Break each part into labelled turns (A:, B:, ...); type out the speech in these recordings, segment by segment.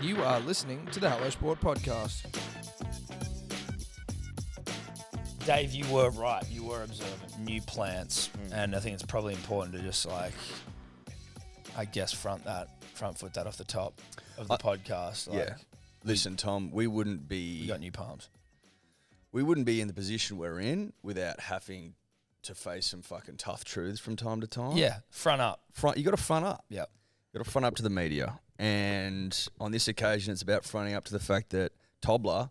A: You are listening to the Hello Sport podcast.
B: Dave, you were right. You were observant. New plants,
C: Hmm.
B: and I think it's probably important to just like, I guess, front that front foot that off the top of the podcast. Like,
C: yeah. Listen, Tom, we wouldn't
B: we
C: be
B: got new palms.
C: we wouldn't be in the position we're in without having to face some fucking tough truths from time to time.
B: Yeah, front up.
C: Front you gotta front up.
B: Yeah,
C: You gotta front up to the media. And on this occasion it's about fronting up to the fact that Tobler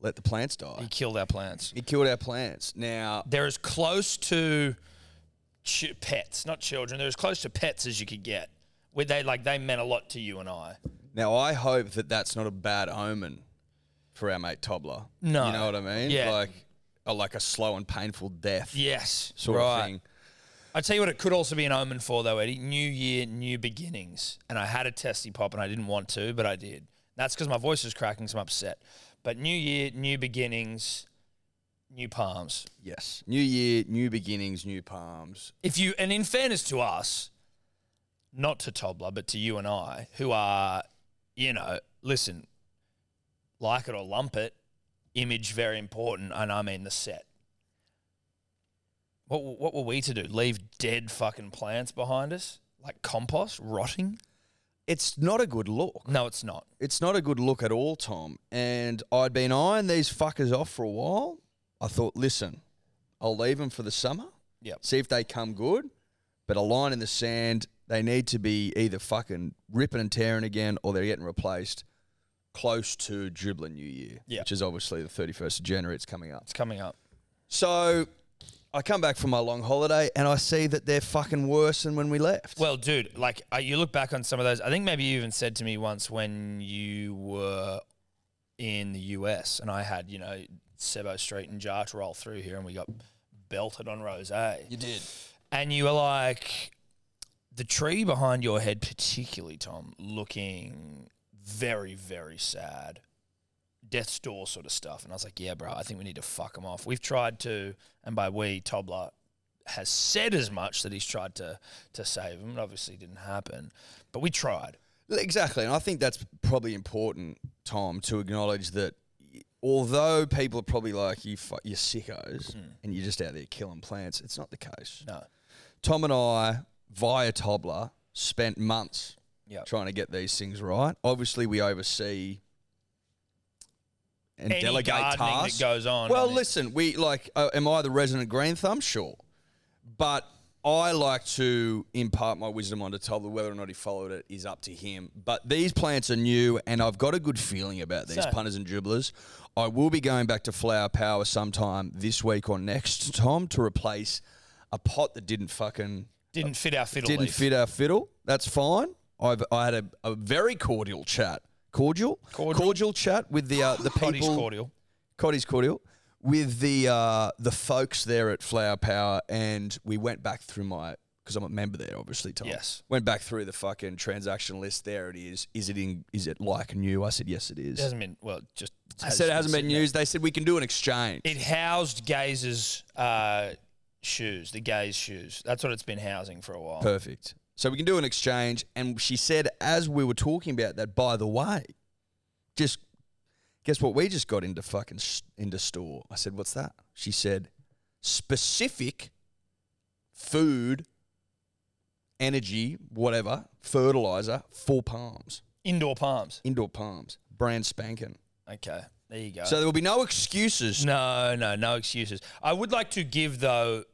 C: let the plants
B: he
C: die.
B: killed our plants.
C: He killed our plants. Now
B: They're as close to ch- pets, not children. They're as close to pets as you could get. Where they like they meant a lot to you and I.
C: now I hope that that's not a bad omen for our mate Tobler.
B: No.
C: You know what I mean?
B: Yeah.
C: Like oh, like a slow and painful death
B: Yes,
C: sort
B: right.
C: of thing.
B: I tell you what, it could also be an omen for though, Eddie. New year, new beginnings. And I had a testy pop, and I didn't want to, but I did. That's because my voice is cracking, so I'm upset. But new year, new beginnings, new palms.
C: Yes. New year, new beginnings, new palms.
B: If you, and in fairness to us, not to Tobler, but to you and I, who are, you know, listen, like it or lump it, image very important, and I mean the set. What what were we to do? Leave dead fucking plants behind us, like compost, rotting?
C: It's not a good look.
B: No, it's not.
C: It's not a good look at all, Tom. And I'd been eyeing these fuckers off for a while. I thought, listen, I'll leave them for the summer,
B: Yep.
C: see if they come good. But a line in the sand, they need to be either fucking ripping and tearing again or they're getting replaced close to Dribbler New Year,
B: Yeah.
C: which is obviously the 31st of January. It's coming up.
B: It's coming up.
C: So I come back from my long holiday and I see that they're fucking worse than when we left.
B: Well, dude, like uh, you look back on some of those. I think maybe you even said to me once when you were in the US and I had, you know, Sebo Street and Jar to roll through here and we got belted on Rose
C: you did.
B: And you were like, the tree behind your head, particularly, Tom, looking very, very sad. Death's door sort of stuff. And I was like, yeah, bro, I think we need to fuck him off. We've tried to, and by we, Tobler has said as much that he's tried to to save him. It obviously didn't happen, but we tried.
C: Exactly. And I think that's probably important, Tom, to acknowledge that y- although people are probably like, you fu- you're sickos and you're just out there killing plants, it's not the case.
B: No.
C: Tom and I, via Tobler, spent months
B: Yep.
C: trying to get these things right. Obviously, we oversee and
B: Any
C: delegate
B: gardening
C: tasks.
B: that goes on.
C: Well,
B: I mean-
C: listen, we like. Uh, am I the resident green thumb? Sure, but I like to impart my wisdom onto Tobler. Whether or not he followed it is up to him. But these plants are new, and I've got a good feeling about these
B: So-
C: punters and dribblers. I will be going back to Flower Power sometime this week or next, Tom, to replace a pot that didn't fucking
B: didn't fit our fiddle.
C: didn't
B: leaf.
C: fit our fiddle. That's fine. I've I had a, a very cordial chat. Cordial?
B: Cordial.
C: chat with the uh, the
B: Cottage
C: people
B: cordial.
C: Cotty's Cordial with the uh, the folks there at Flower Power, and we went back through my because I'm a member there, obviously. Tom.
B: Yes.
C: Went back through the fucking transaction list. There it is. Is it in? Is it like new? I said yes, it
B: It
C: is.
B: hasn't been well. Just
C: I said it hasn't been
B: sitting there.
C: used. They said we can do an exchange.
B: It housed Gaze's uh, shoes, the Gaze shoes. That's what it's been housing for a while.
C: Perfect. So we can do an exchange. And she said, as we were talking about that, by the way, just guess what? We just got into fucking s into store. I said, what's that? She said, specific food, energy, whatever, fertilizer for palms,
B: Indoor palms.
C: indoor palms, brand spanking.
B: Okay, there you go.
C: So there will be no excuses.
B: no, no, no excuses. I would like to give though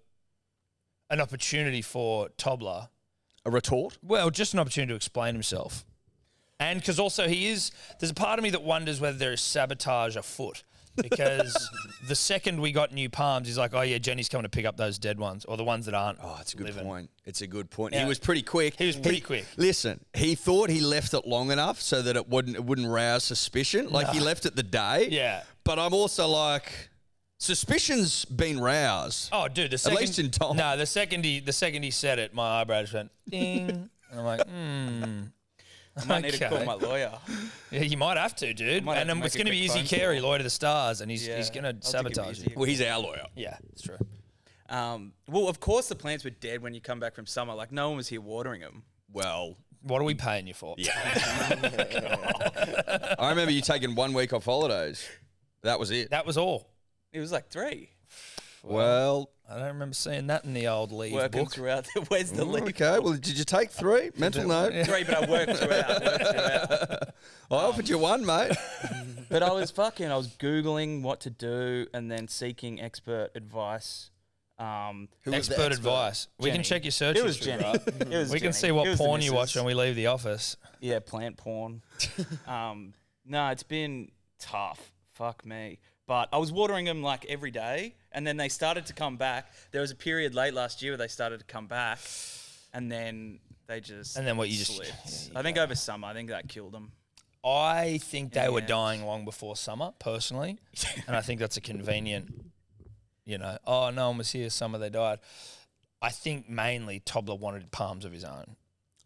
B: an opportunity for Tobler.
C: A retort?
B: Well, just an opportunity to explain himself, and because also he is. There's a part of me that wonders whether there is sabotage afoot. because the second we got new palms, he's like, "Oh yeah, Jenny's coming to pick up those dead ones, or the ones that aren't."
C: Oh, it's a good
B: living.
C: point. It's a good point.
B: Yeah.
C: He was pretty quick.
B: He was pretty quick.
C: Listen, he thought he left it long enough so that it wouldn't it wouldn't rouse suspicion. Like he left it the day.
B: Yeah.
C: But I'm also like, suspicion's been roused.
B: Oh, dude, the second,
C: least in Tom.
B: No, the second he the second he said it, my eyebrows went ding, and I'm like, hmm. I might need to call my lawyer. Yeah, you might have to, dude.
D: have
B: and
D: to
B: um,
D: make
B: it's
D: a
B: going to be
D: quick
B: easy
D: phone call.
B: carry, lawyer to the stars, and he's
D: Yeah,
B: he's going to
D: I'll take it
B: sabotage
D: easy.
B: you.
C: Well, he's our lawyer.
B: Yeah, it's true.
D: Um, well, of course the plants were dead when you come back from summer. Like no one was here watering them.
C: Well,
B: What are we paying you for?
C: I remember you taking one week off holidays. That was it.
B: That was all.
D: It was like three.
C: well,
B: I don't remember seeing that in the old leave
D: Working
B: book.
D: throughout. The, where's
B: Oh,
D: the leave?
C: okay. Well, did you take three? Mental note.
D: Three, but I worked throughout. worked throughout.
C: I offered you one, mate.
D: But I was fucking. I was googling what to do and then seeking expert advice. Um,
C: Who was the
B: Expert advice. We can
D: Jenny.
B: check your search
D: it was
B: history,
D: Jenny.
B: right?
D: It was
B: We can
D: Jenny.
B: see
D: It
B: what
D: was the
B: porn you watch
D: missus.
B: when we leave the office.
D: Yeah, plant porn. um, no, it's been tough. Fuck me. But I was watering them like every day, and then they started to come back. There was a period late last year where they started to come back, and then they just
B: And then what, you just-
D: slipped.
B: yeah,
D: I think over summer, I think that killed them.
B: I think they
D: the
B: were
D: end.
B: dying long before summer, personally, and I think that's a convenient, you know. Oh, no one was here. Summer they died. I think mainly Tobler wanted palms of his own.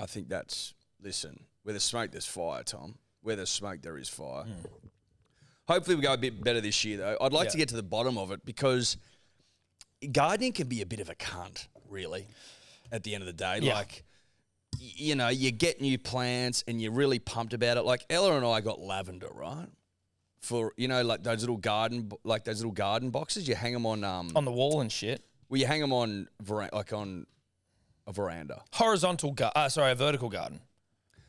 C: I think that's listen. Where there's smoke, there's fire, Tom. Where there's smoke, there is
B: Hmm.
C: fire. Hopefully, we go a bit better this year, though. I'd like to
B: Yeah.
C: get to the bottom of it because gardening can be a bit of a cunt, really. At the end of the day,
B: Yeah.
C: like y- you know, you get new plants and you're really pumped about it. Like Ella and I got lavender, right? For you know, like those little garden, bo- like those little garden boxes, you hang them on. Um,
B: on the wall and shit.
C: well, you hang them on vera- like on a veranda.
B: Horizontal garden. Uh, sorry, a vertical garden.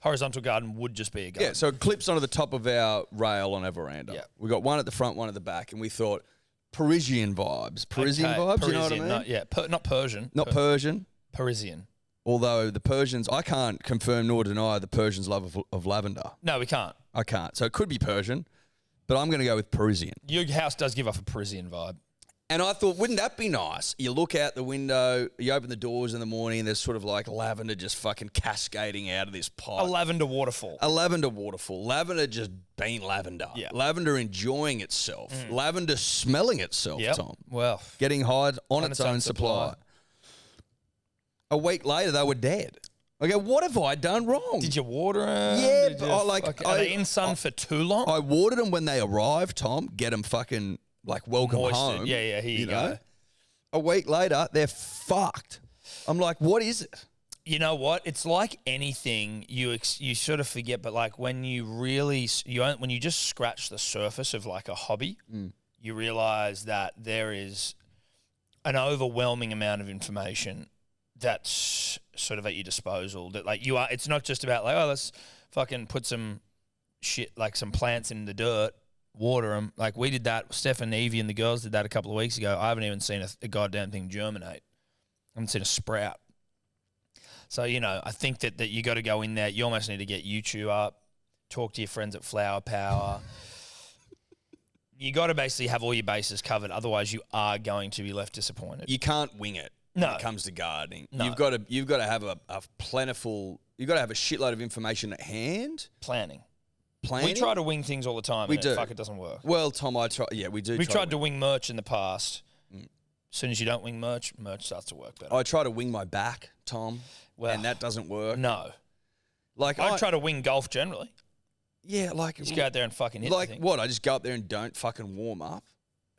B: Horizontal garden would just be a garden.
C: Yeah, so it clips onto the top of our rail on our veranda.
B: Yeah.
C: We got one at the front, one at the back, and we thought Parisian vibes. Parisian
B: Okay,
C: vibes, you know what I
B: Parisian,
C: mean?
B: Not, yeah, per, not Persian.
C: Not
B: Per-
C: Persian,
B: Parisian.
C: although the Persians, I can't confirm nor deny the Persians' love of, of lavender.
B: No, we can't.
C: I can't. So it could be Persian, but I'm going to go with Parisian.
B: Your house does give off a Parisian vibe.
C: And I thought, wouldn't that be nice? You look out the window, you open the doors in the morning, and there's sort of like lavender just fucking cascading out of this pot.
B: A lavender waterfall.
C: a lavender waterfall. Lavender just being lavender.
B: Yeah. Mm.
C: Lavender enjoying itself. Lavender smelling itself,
B: Yep.
C: Tom.
B: Well,
C: Getting high on, its, own, supply. A week later, they were dead. I go, what have I done wrong?
B: did you water 'em?
C: Yeah,
B: Did
C: but
B: you
C: I like-
B: fuck- are they
C: I-
B: in sun for too long?
C: I watered them when they arrived, Tom. Get them fucking like welcome
B: Moist it.
C: home.
B: Yeah, yeah, here you go.
C: A week later, they're fucked. I'm like, what is it?
B: you know what? It's like anything you ex- you sort of forget, but like when you really s- you on- when you just scratch the surface of like a hobby,
C: Mm.
B: you realize that there is an overwhelming amount of information that's sort of at your disposal. That like you are, it's not just about like oh let's fucking put some shit like some plants in the dirt, water them. Like we did that. Steph and Evie and the girls did that a couple of weeks ago. I haven't even seen a, a goddamn thing germinate. I haven't seen a sprout. So you know, I think that that you got to go in there. You almost need to get YouTube up, talk to your friends at Flower Power. you got to basically have all your bases covered, otherwise you are going to be left disappointed.
C: You can't wing it.
B: No.
C: When it comes to gardening,
B: No.
C: you've got to you've got to have a, a plentiful. You've got to have a shitload of information at hand.
B: Planning.
C: Planning.
B: We try to wing things all the time.
C: We
B: and
C: do.
B: It, fuck, it doesn't work.
C: Well, Tom, I try. Yeah, we do.
B: We've
C: try
B: tried
C: to. Mm.
B: to wing merch in the past. As soon as you don't wing merch, merch starts to work better.
C: I try to wing my back, Tom,
B: Well,
C: and that doesn't work.
B: no.
C: Like
B: I try to wing golf generally.
C: Yeah, like
B: Just go out there and fucking hit. the
C: Mm. like
B: thing.
C: what? I just go up there and don't fucking warm up.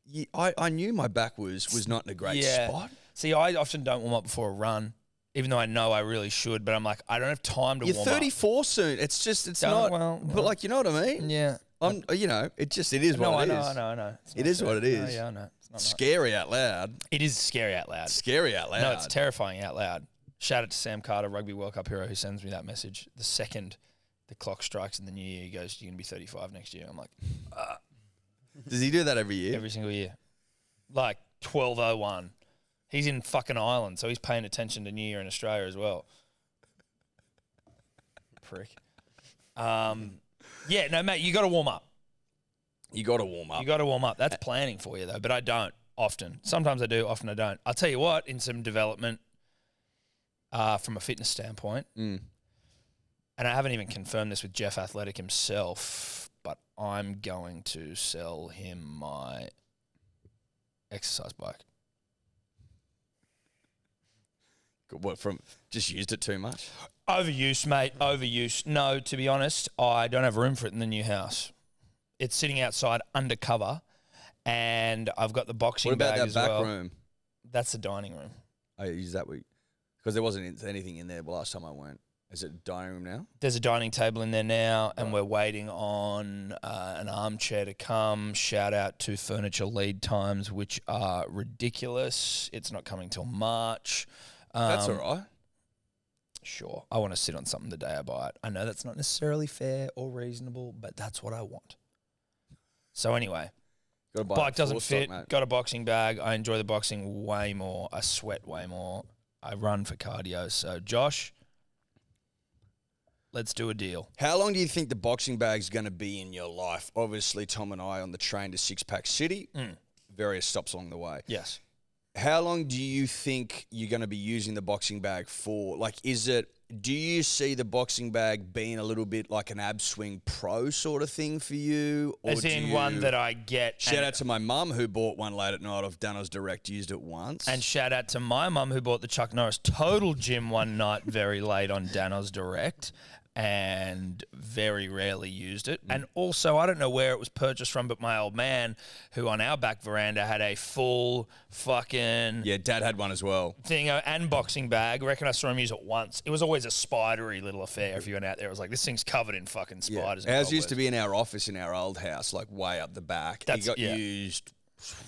C: Ye- I, I knew my back was was not in a great
B: Yeah.
C: spot.
B: See, I often don't warm up before a run, even though I know I really should. But I'm like, I don't have time to
C: You're
B: warm up.
C: 34 soon. It's just it's
B: Don't-
C: not.
B: well,
C: but
B: well.
C: like you know what I mean?
B: Yeah.
C: I'm you know it just it is
B: No,
C: what
B: I
C: it is.
B: know, I know, I know. It's
C: It
B: not
C: is
B: fair.
C: what it
B: No,
C: is.
B: yeah, I know. It's not nice.
C: Scary out loud.
B: It is scary out loud.
C: Scary out loud.
B: No, it's terrifying out loud. Shout out to Sam Carter, Rugby World Cup hero, who sends me that message the second the clock strikes in the new year. He goes, "You're gonna be 35 next year." I'm like,
C: Does he do that every year?
B: every single year, like 12:01. He's in fucking Ireland, so he's paying attention to New Year in Australia as well. Prick. Um, yeah, no, mate, you got to warm up.
C: you got to warm up.
B: You got to warm up. That's planning for you, though. But I don't often. Sometimes I do. Often I don't. I'll tell you what. In some development, uh, from a fitness standpoint,
C: Mm.
B: and I haven't even confirmed this with Jeff Athletic himself, but I'm going to sell him my exercise bike.
C: What from? Just used it too much.
B: Overuse, mate. Overuse. No, to be honest, I don't have room for it in the new house. It's sitting outside undercover, and I've got the boxing
C: What about
B: bag
C: that
B: as
C: back
B: well.
C: room? Oh,
B: That's the dining room.
C: I used that week because there wasn't anything in there last time I went. Is it a dining room now?
B: There's a dining table in there now, and we're waiting on uh, an armchair to come. Shout out to furniture lead times, which are ridiculous. It's not coming till March. Um,
C: That's all right.
B: Sure, I want to sit on something the day I buy it. I know that's not necessarily fair or reasonable, but that's what I want. So anyway,
C: Got to buy
B: bike
C: a
B: doesn't
C: full stock,
B: fit.
C: mate.
B: Got a boxing bag. I enjoy the boxing way more. I sweat way more. I run for cardio. So Josh, let's do a deal.
C: How long do you think the boxing bag's going to be in your life? Obviously, Tom and I on the train to Six Pack City,
B: Mm.
C: various stops along the way.
B: Yes.
C: How long do you think you're going to be using the boxing bag for? Like, is it, do you see the boxing bag being a little bit like an ab swing pro sort of thing for you?
B: As
C: do
B: in
C: you-
B: one that I get.
C: Shout
B: and,
C: out to my mum who bought one late at night off Dunno's Direct, used it once.
B: and shout out to my mum who bought the Chuck Norris Total Gym one night very late on Danos Direct and very rarely used it.
C: Mm.
B: And also, I don't know where it was purchased from, but my old man who on our back veranda had a full fucking
C: yeah, dad had one as well.
B: thing uh, and boxing bag. Reckon I saw him use it once. It was always a spidery little affair. If you went out there, it was like this thing's covered in fucking
C: Yeah.
B: spiders. and
C: Ours used to
B: cobwebs."
C: be in our office in our old house, like way up the back.
B: That's-
C: it got
B: yeah.
C: used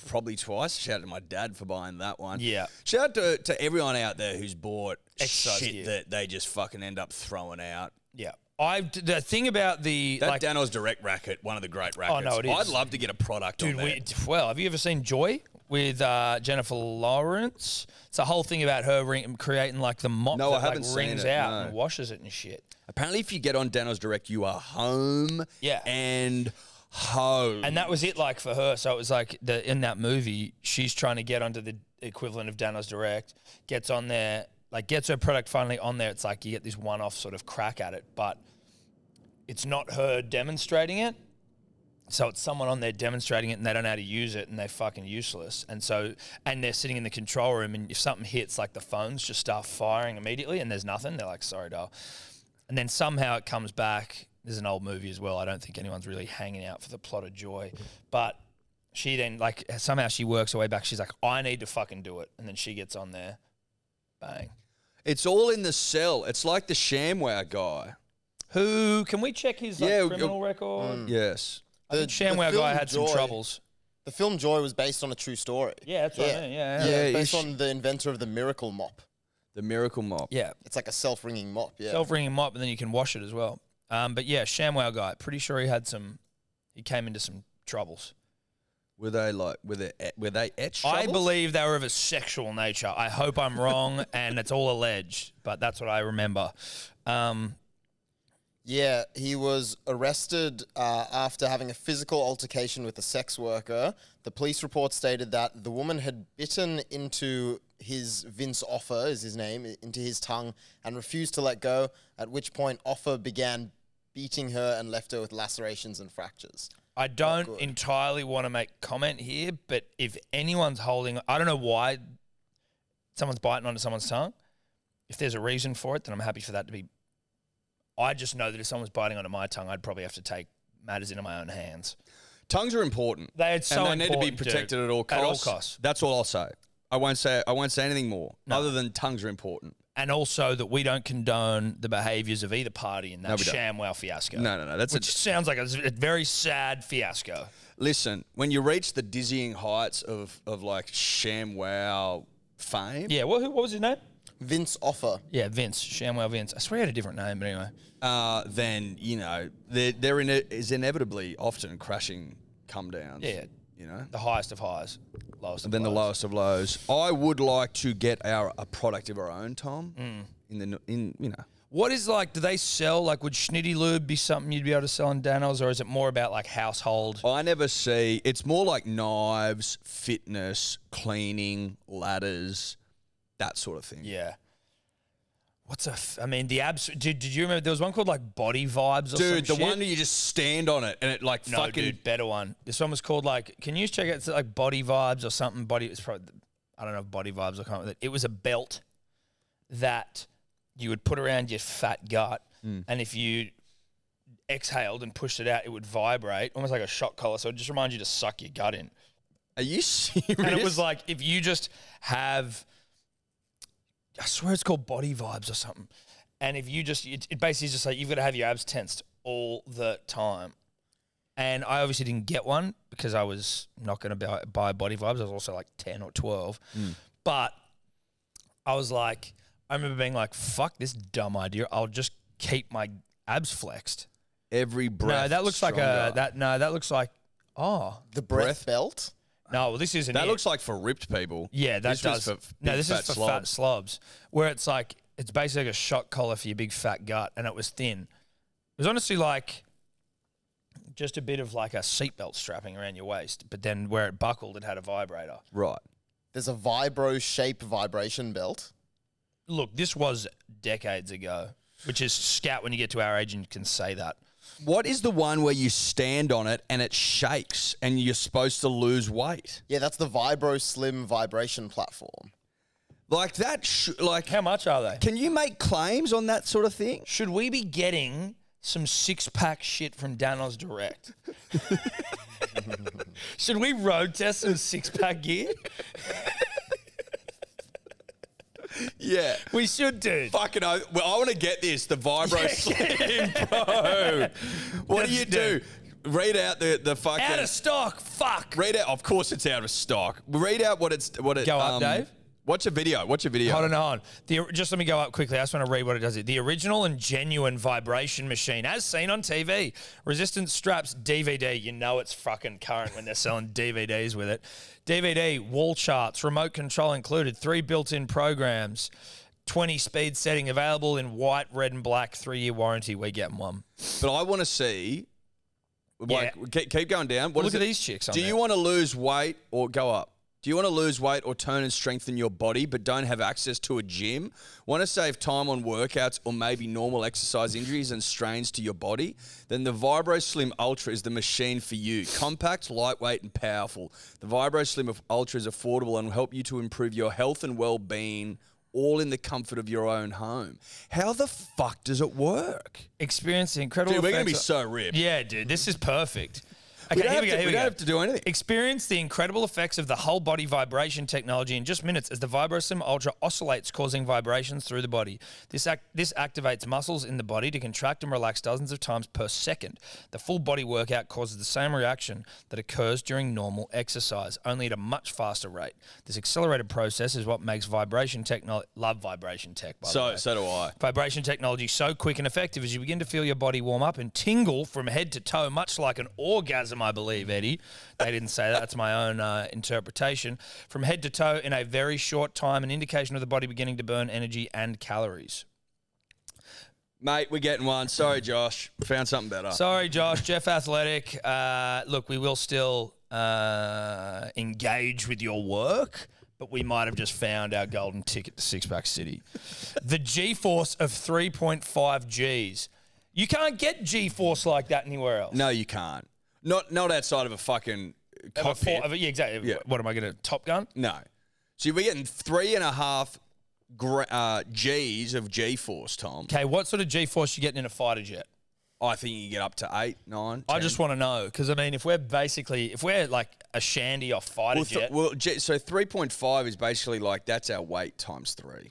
C: probably twice. Shout out to my dad for buying that one.
B: Yeah.
C: Shout out to, to everyone out there who's bought
B: Exercise
C: shit
B: gear.
C: that they just fucking end up throwing out.
B: Yeah, I the thing about the
C: That
B: like, Oh,
C: Dano's direct racket, one of the great rackets.
B: no, it is.
C: I'd love to get a product
B: dude.
C: on
B: We,
C: that.
B: well, have you ever seen Joy with uh, Jennifer Lawrence? It's a whole thing about her ring, creating like the mop
C: No,
B: that
C: I haven't
B: like,
C: seen
B: rings
C: it,
B: out
C: no.
B: and washes it and shit.
C: Apparently, if you get on Dano's direct, you are home.
B: Yeah.
C: And home.
B: And that was it, like for her. So it was like the in that movie, she's trying to get onto the equivalent of Dano's Direct, gets on there, like gets her product finally on there. It's like you get this one-off sort of crack at it, but it's not her demonstrating it. So it's someone on there demonstrating it, and they don't know how to use it, and they're fucking useless. And so, and they're sitting in the control room, and if something hits, like the phones just start firing immediately, and there's nothing. They're like, "Sorry, doll." And then somehow it comes back. There's an old movie as well. I don't think anyone's really hanging out for the plot of joy. But she then, like, somehow she works her way back. She's like, I need to fucking do it. And then she gets on there. Bang.
C: it's all in the cell. It's like the Shamwow guy.
B: Who can we check his like,
C: Yeah, we-
B: criminal record?
C: Yes.
B: I think
E: The-
B: Shamwow
E: Mm. the
B: guy
E: film
B: had some
E: Joy-
B: troubles.
E: The film Joy was based on a true story.
B: Yeah, that's what I
E: Yeah.
B: mean. Yeah, yeah.
E: Yeah,
C: Yeah,
E: it's
C: you
E: based
C: sh-
E: on the inventor of the miracle mop.
C: The miracle mop.
B: yeah.
E: It's like a self-ringing mop. Yeah.
B: Self ring him up, and then you can wash it as well. Um, but yeah, ShamWow guy. Pretty sure he had some. He came into some troubles.
C: Were they like e, were they were they etched?
B: I
C: troubles?
B: believe they were of a sexual nature. I hope I'm wrong, and it's all alleged, but that's what I remember. Um,
E: yeah. He was arrested uh, after having a physical altercation with a sex worker. The police report stated that the woman had bitten into his Vince Offer, is his name, i- into his tongue and refused to let go. At which point, Offer began beating her and left her with lacerations and fractures.
B: I don't entirely want to make comment here, but if anyone's holding, I don't know why someone's biting onto someone's tongue. If there's a reason for it, then I'm happy for that to be. I just know that if someone's biting onto my tongue, I'd probably have to take matters into my own hands.
C: Tongues are important.
B: They are so
C: and they need to be
B: important, dude.
C: protected at all
B: At all
C: costs.
B: costs.
C: That's all I'll say. I won't say I won't say anything more other than tongues are important.
B: And also that we don't condone the behaviours of either party in that
C: No, we don't.
B: ShamWow fiasco.
C: No, no, no. That's a,
B: Which sounds like a, a very sad fiasco.
C: listen. When you reach the dizzying heights of of like sham wow fame,
B: Yeah, what, who, what was his name?
E: Vince Offer.
B: Yeah, Vince. Shamwell Vince. I swear he had a different name, but anyway.
C: uh, then you know there there in is inevitably often crashing come downs.
B: Yeah.
C: you know.
B: The highest of highs, lowest of
C: And then the
B: lows.
C: lowest of lows. I would like to get our a product of our own, Tom.
B: Mm.
C: In the in you know.
B: What is like, do they sell, like, would Schnitty Lube be something you'd be able to sell in Danos, or is it more about like household?
C: I never see. It's more like knives, fitness, cleaning, ladders, that sort of thing.
B: Yeah. What's a, f- I mean, the abs, did, did you remember, there was one called like Body Vibes or
C: Dude, the
B: some shit?
C: one that you just stand on it and it like
B: No,
C: fucking.
B: dude, better one. This one was called like. Can you check it? It's like Body Vibes or something. Body. It's probably. I don't know if Body Vibes. I can't. Remember. It was a belt that you would put around your fat gut, and if you exhaled and pushed it out, it would vibrate almost like a shock collar. So it just reminds you to suck your gut in.
C: Are you serious?
B: And it was like if you just have, I swear it's called body vibes or something, And if you just, it, it basically is just like you've got to have your abs tensed all the time. And I obviously didn't get one because I was not going to buy, buy Body Vibes. I was also like 10 or 12.
C: Mm.
B: But I was like, I remember being like, fuck this dumb idea. I'll just keep my abs flexed.
C: Every breath.
B: no, that looks like a,
C: stronger.
B: that, no, that looks like, oh,
E: The breath,
C: Breath?
E: belt.
B: no, well, this isn't
C: That
B: it.
C: looks like for ripped people.
B: Yeah, that
C: This
B: does.
C: was for
B: no,
C: big
B: this
C: fat
B: is for fat slobs, where it's like it's basically like a shot collar for your big fat gut, and it was thin. It was honestly like just a bit of like a seatbelt strapping around your waist, but then where it buckled, it had a vibrator.
C: Right.
E: There's a vibro shape vibration belt.
B: Look, this was decades ago, which is scout when you get to our age and you can say that.
C: What is the one where you stand on it and it shakes and you're supposed to lose weight?
E: Yeah, that's the vibro slim vibration platform.
C: Like that, sh- like,
B: How much are they?
C: can you make claims on that sort of thing?
B: Should we be getting some six pack shit from Danos Direct? Should we road test some six pack gear?
C: Yeah.
B: We should, dude.
C: Fucking, I, well, I want to get this, the Vibro Slim, bro. What do
B: That's
C: you do? Read out the, the fucking.
B: Out of stock. Fuck.
C: read out, of course it's out of stock. Read out what it's, what it.
B: Go
C: um,
B: up, Dave.
C: Watch a video. Watch a video.
B: Hold on, hold on. The, just let me go up quickly. I just want to read what it does. It the original and genuine vibration machine, as seen on TV. Resistance straps DVD. You know it's fucking current when they're selling DVDs with it. DVD wall charts, remote control included, three built-in programs, twenty speed setting available in white, red, and black. Three-year warranty. We're getting one.
C: But I want to see. Like,
B: Yeah.
C: keep, keep going down. What
B: Look
C: is
B: at
C: it?
B: these chicks. On
C: Do
B: there.
C: you want to lose weight or go up? Do you want to lose weight or tone and strengthen your body but don't have access to a gym? Want to save time on workouts or maybe normal exercise injuries and strains to your body? Then the Vibro Slim Ultra is the machine for you. Compact, lightweight, and powerful. The Vibro Slim Ultra is affordable and will help you to improve your health and well being, all in the comfort of your own home. How the fuck does it work?
B: experience the incredible?
C: Dude, we're going to be
B: effects-
C: so ripped.
B: Yeah, dude, this is perfect. Okay,
C: We don't,
B: here
C: have,
B: we go.
C: to,
B: here
C: we
B: we
C: don't
B: go.
C: have to do anything.
B: Experience the incredible effects of the whole body vibration technology in just minutes as the VibroSim Ultra oscillates, causing vibrations through the body. This, act- this activates muscles in the body to contract and relax dozens of times per second. The full body workout causes the same reaction that occurs during normal exercise, only at a much faster rate. This accelerated process is what makes vibration technology. Love vibration tech, by the way.
C: So, so do I.
B: Vibration technology so quick and effective as you begin to feel your body warm up and tingle from head to toe, much like an orgasm, I believe, Eddie. They didn't say that. That's my own uh, interpretation. From head to toe in a very short time, an indication of the body beginning to burn energy and calories.
C: Mate, we're getting one. Sorry, Josh. Found something better.
B: Sorry, Josh. Jeff Athletic. Uh, look, we will still uh, engage with your work, but we might have just found our golden ticket to Six Pack City. the G force of 3.5 Gs. You can't get G force like that anywhere else.
C: no, you can't. Not not outside of a fucking
B: Of a
C: cockpit.
B: four- of a- yeah, exactly.
C: Yeah.
B: What am I going to Top Gun?
C: no. So we're getting three and a half gra- uh, G's of G force, Tom.
B: Okay, what sort of G force you getting in a fighter jet?
C: I think you get up to eight, nine.
B: I just want to know because I mean, if we're basically if we're like a shandy off fighter
C: well, th-
B: jet,
C: well, G- so three point five is basically like that's our weight times three.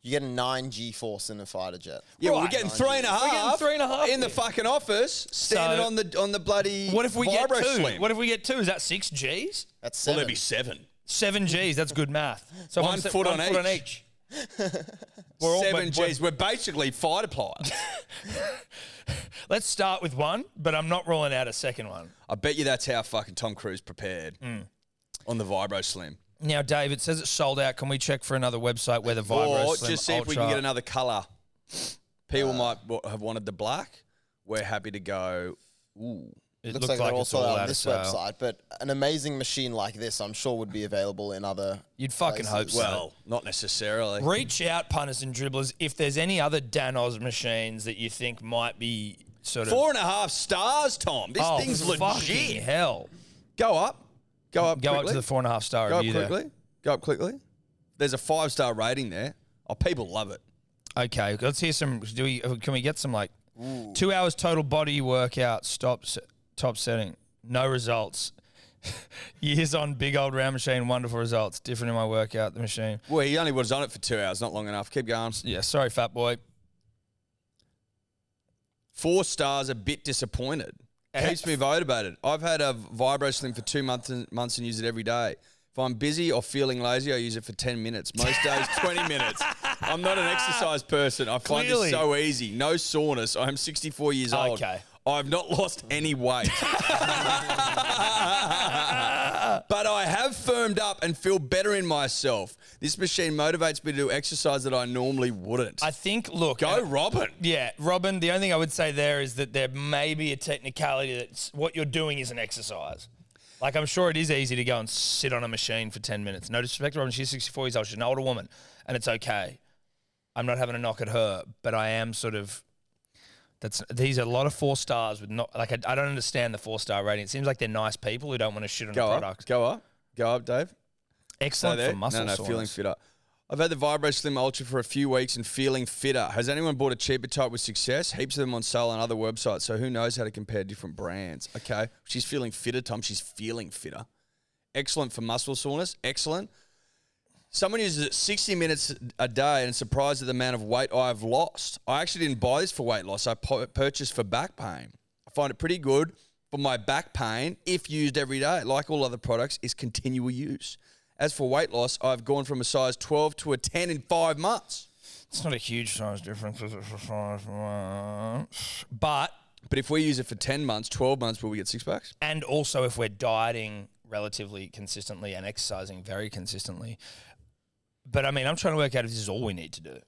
E: You get a nine G force in a fighter jet.
C: Yeah, well, we're
B: Right.
C: getting three and a
B: We're getting
C: half.
B: three and a half
C: in the
B: here.
C: fucking office, standing
B: So-
C: on the on the bloody.
B: what if we get two?
C: Vibro Slim?
B: What if we get two? Is that six Gs?
E: That's
C: well,
E: seven.
C: there'd be seven.
B: Seven G's. That's good math. So if
C: One
B: I'm se-
C: foot on
B: on each. We're all-
C: seven
B: we're-
C: G's. We're basically fighter pliers.
B: Let's start with one, but I'm not ruling out a second one.
C: I bet you that's how fucking Tom Cruise prepared
B: Mm.
C: on the Vibro Slim.
B: Now, Dave, it says it's sold out. Can we check for another website where the Vibro
C: or
B: Slim
C: just see if we can
B: Ultra- Uh,
C: get another color. People might wa- have wanted the black. We're happy to go. Ooh,
B: It
E: Looks like they're
B: it's
E: also
B: all
E: out on
B: of
E: this
B: sale.
E: website, but an amazing machine like this, I'm sure, would be available in other.
B: You'd fucking hope
E: places.
B: so.
C: well, not necessarily.
B: Reach out, punters and dribblers, if there's any other Danos machines that you think might be sort of.
C: Four and a half stars, Tom. This
B: oh,
C: thing's
B: fucking
C: legit.
B: hell.
C: Go up. Go up.
B: Go
C: quickly.
B: up to the four and a half star
C: Go up
B: review there.
C: quickly. Go up quickly. There's a five star rating there. Oh, people love it.
B: Okay, let's hear some. Do we? Can we get some like two hours total body workout? Stop. se- Top setting. No results. Years on big old round machine. Wonderful results. Different in my workout. The machine.
C: Well, he only was on it for two hours. Not long enough. Keep going.
B: Yeah. Sorry, fat boy.
C: Four stars, a bit disappointed. Keeps me motivated. I've had a Vibro Slim for two months and, months and use it every day. If I'm busy or feeling lazy, I use it for 10 minutes. Most days, 20 minutes. I'm not an exercise person. I find
B: Clearly.
C: this so easy. No soreness. I'm 64 years old.
B: Okay.
C: I've not lost any weight. but I have firmed up and feel better in myself. This machine motivates me to do exercise that I normally wouldn't.
B: I think, look,
C: Go,
B: uh,
C: Robin.
B: yeah, Robin. The only thing I would say there is that there may be a technicality that's what you're doing is an exercise. Like I'm sure it is easy to go and sit on a machine for ten minutes. No disrespect, to Robin. She's 64 years old. She's an older woman, and it's okay. I'm not having a knock at her, but I am sort of. That's these are a lot of four stars with not like I, I don't understand the four star rating. It seems like they're nice people who don't want to shit on
C: Go
B: the
C: up.
B: product.
C: Go up. Go up, Dave. Stay
B: Excellent
C: there.
B: for muscle
C: no, no, feeling
B: soreness.
C: fitter. I've had the Vibro Slim Ultra for a few weeks and feeling fitter. Has anyone bought a cheaper type with success? Heaps of them on sale on other websites, so who knows how to compare different brands. Okay, she's feeling fitter, Tom. She's feeling fitter. Excellent for muscle soreness. Excellent. Someone uses it 60 minutes a day and is surprised at the amount of weight I've lost. I actually didn't buy this for weight loss. I pu- purchased for back pain. I find it pretty good for my back pain if used every day. Like all other products, is continual use. As for weight loss, I've gone from a size 12 to a 10 in five months.
B: It's not a huge size difference, is it, for size one? But
C: But if we use it for 10 months, 12 months, will we get six packs?
B: and also if we're dieting relatively consistently and exercising very consistently. But I mean, I'm trying to work out if this is all we need to do.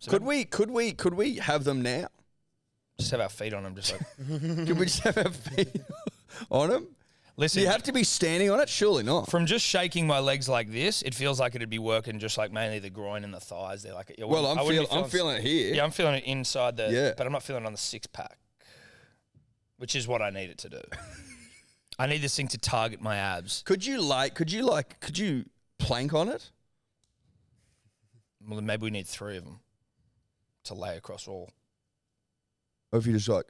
B: So
C: Could we? Could we? Could we have them now?
B: just have our feet on them? Just like
C: Could we just have our feet on them? Do
B: listen.
C: you have to be standing on it? Surely not.
B: from just shaking my legs like this, it feels like it'd be working just like mainly the groin and the thighs. They're like, yeah,
C: Well, I'm,
B: I wouldn't
C: feel,
B: be
C: I'm feeling it here.
B: Yeah, I'm feeling it inside the.
C: Yeah.
B: But I'm not feeling it on the six pack, which is what I need it to do. I need this thing to target my abs.
C: Could you like? Could you like? Could you plank on it?
B: Well, then maybe we need three of them to lay across all.
C: Or if you just like,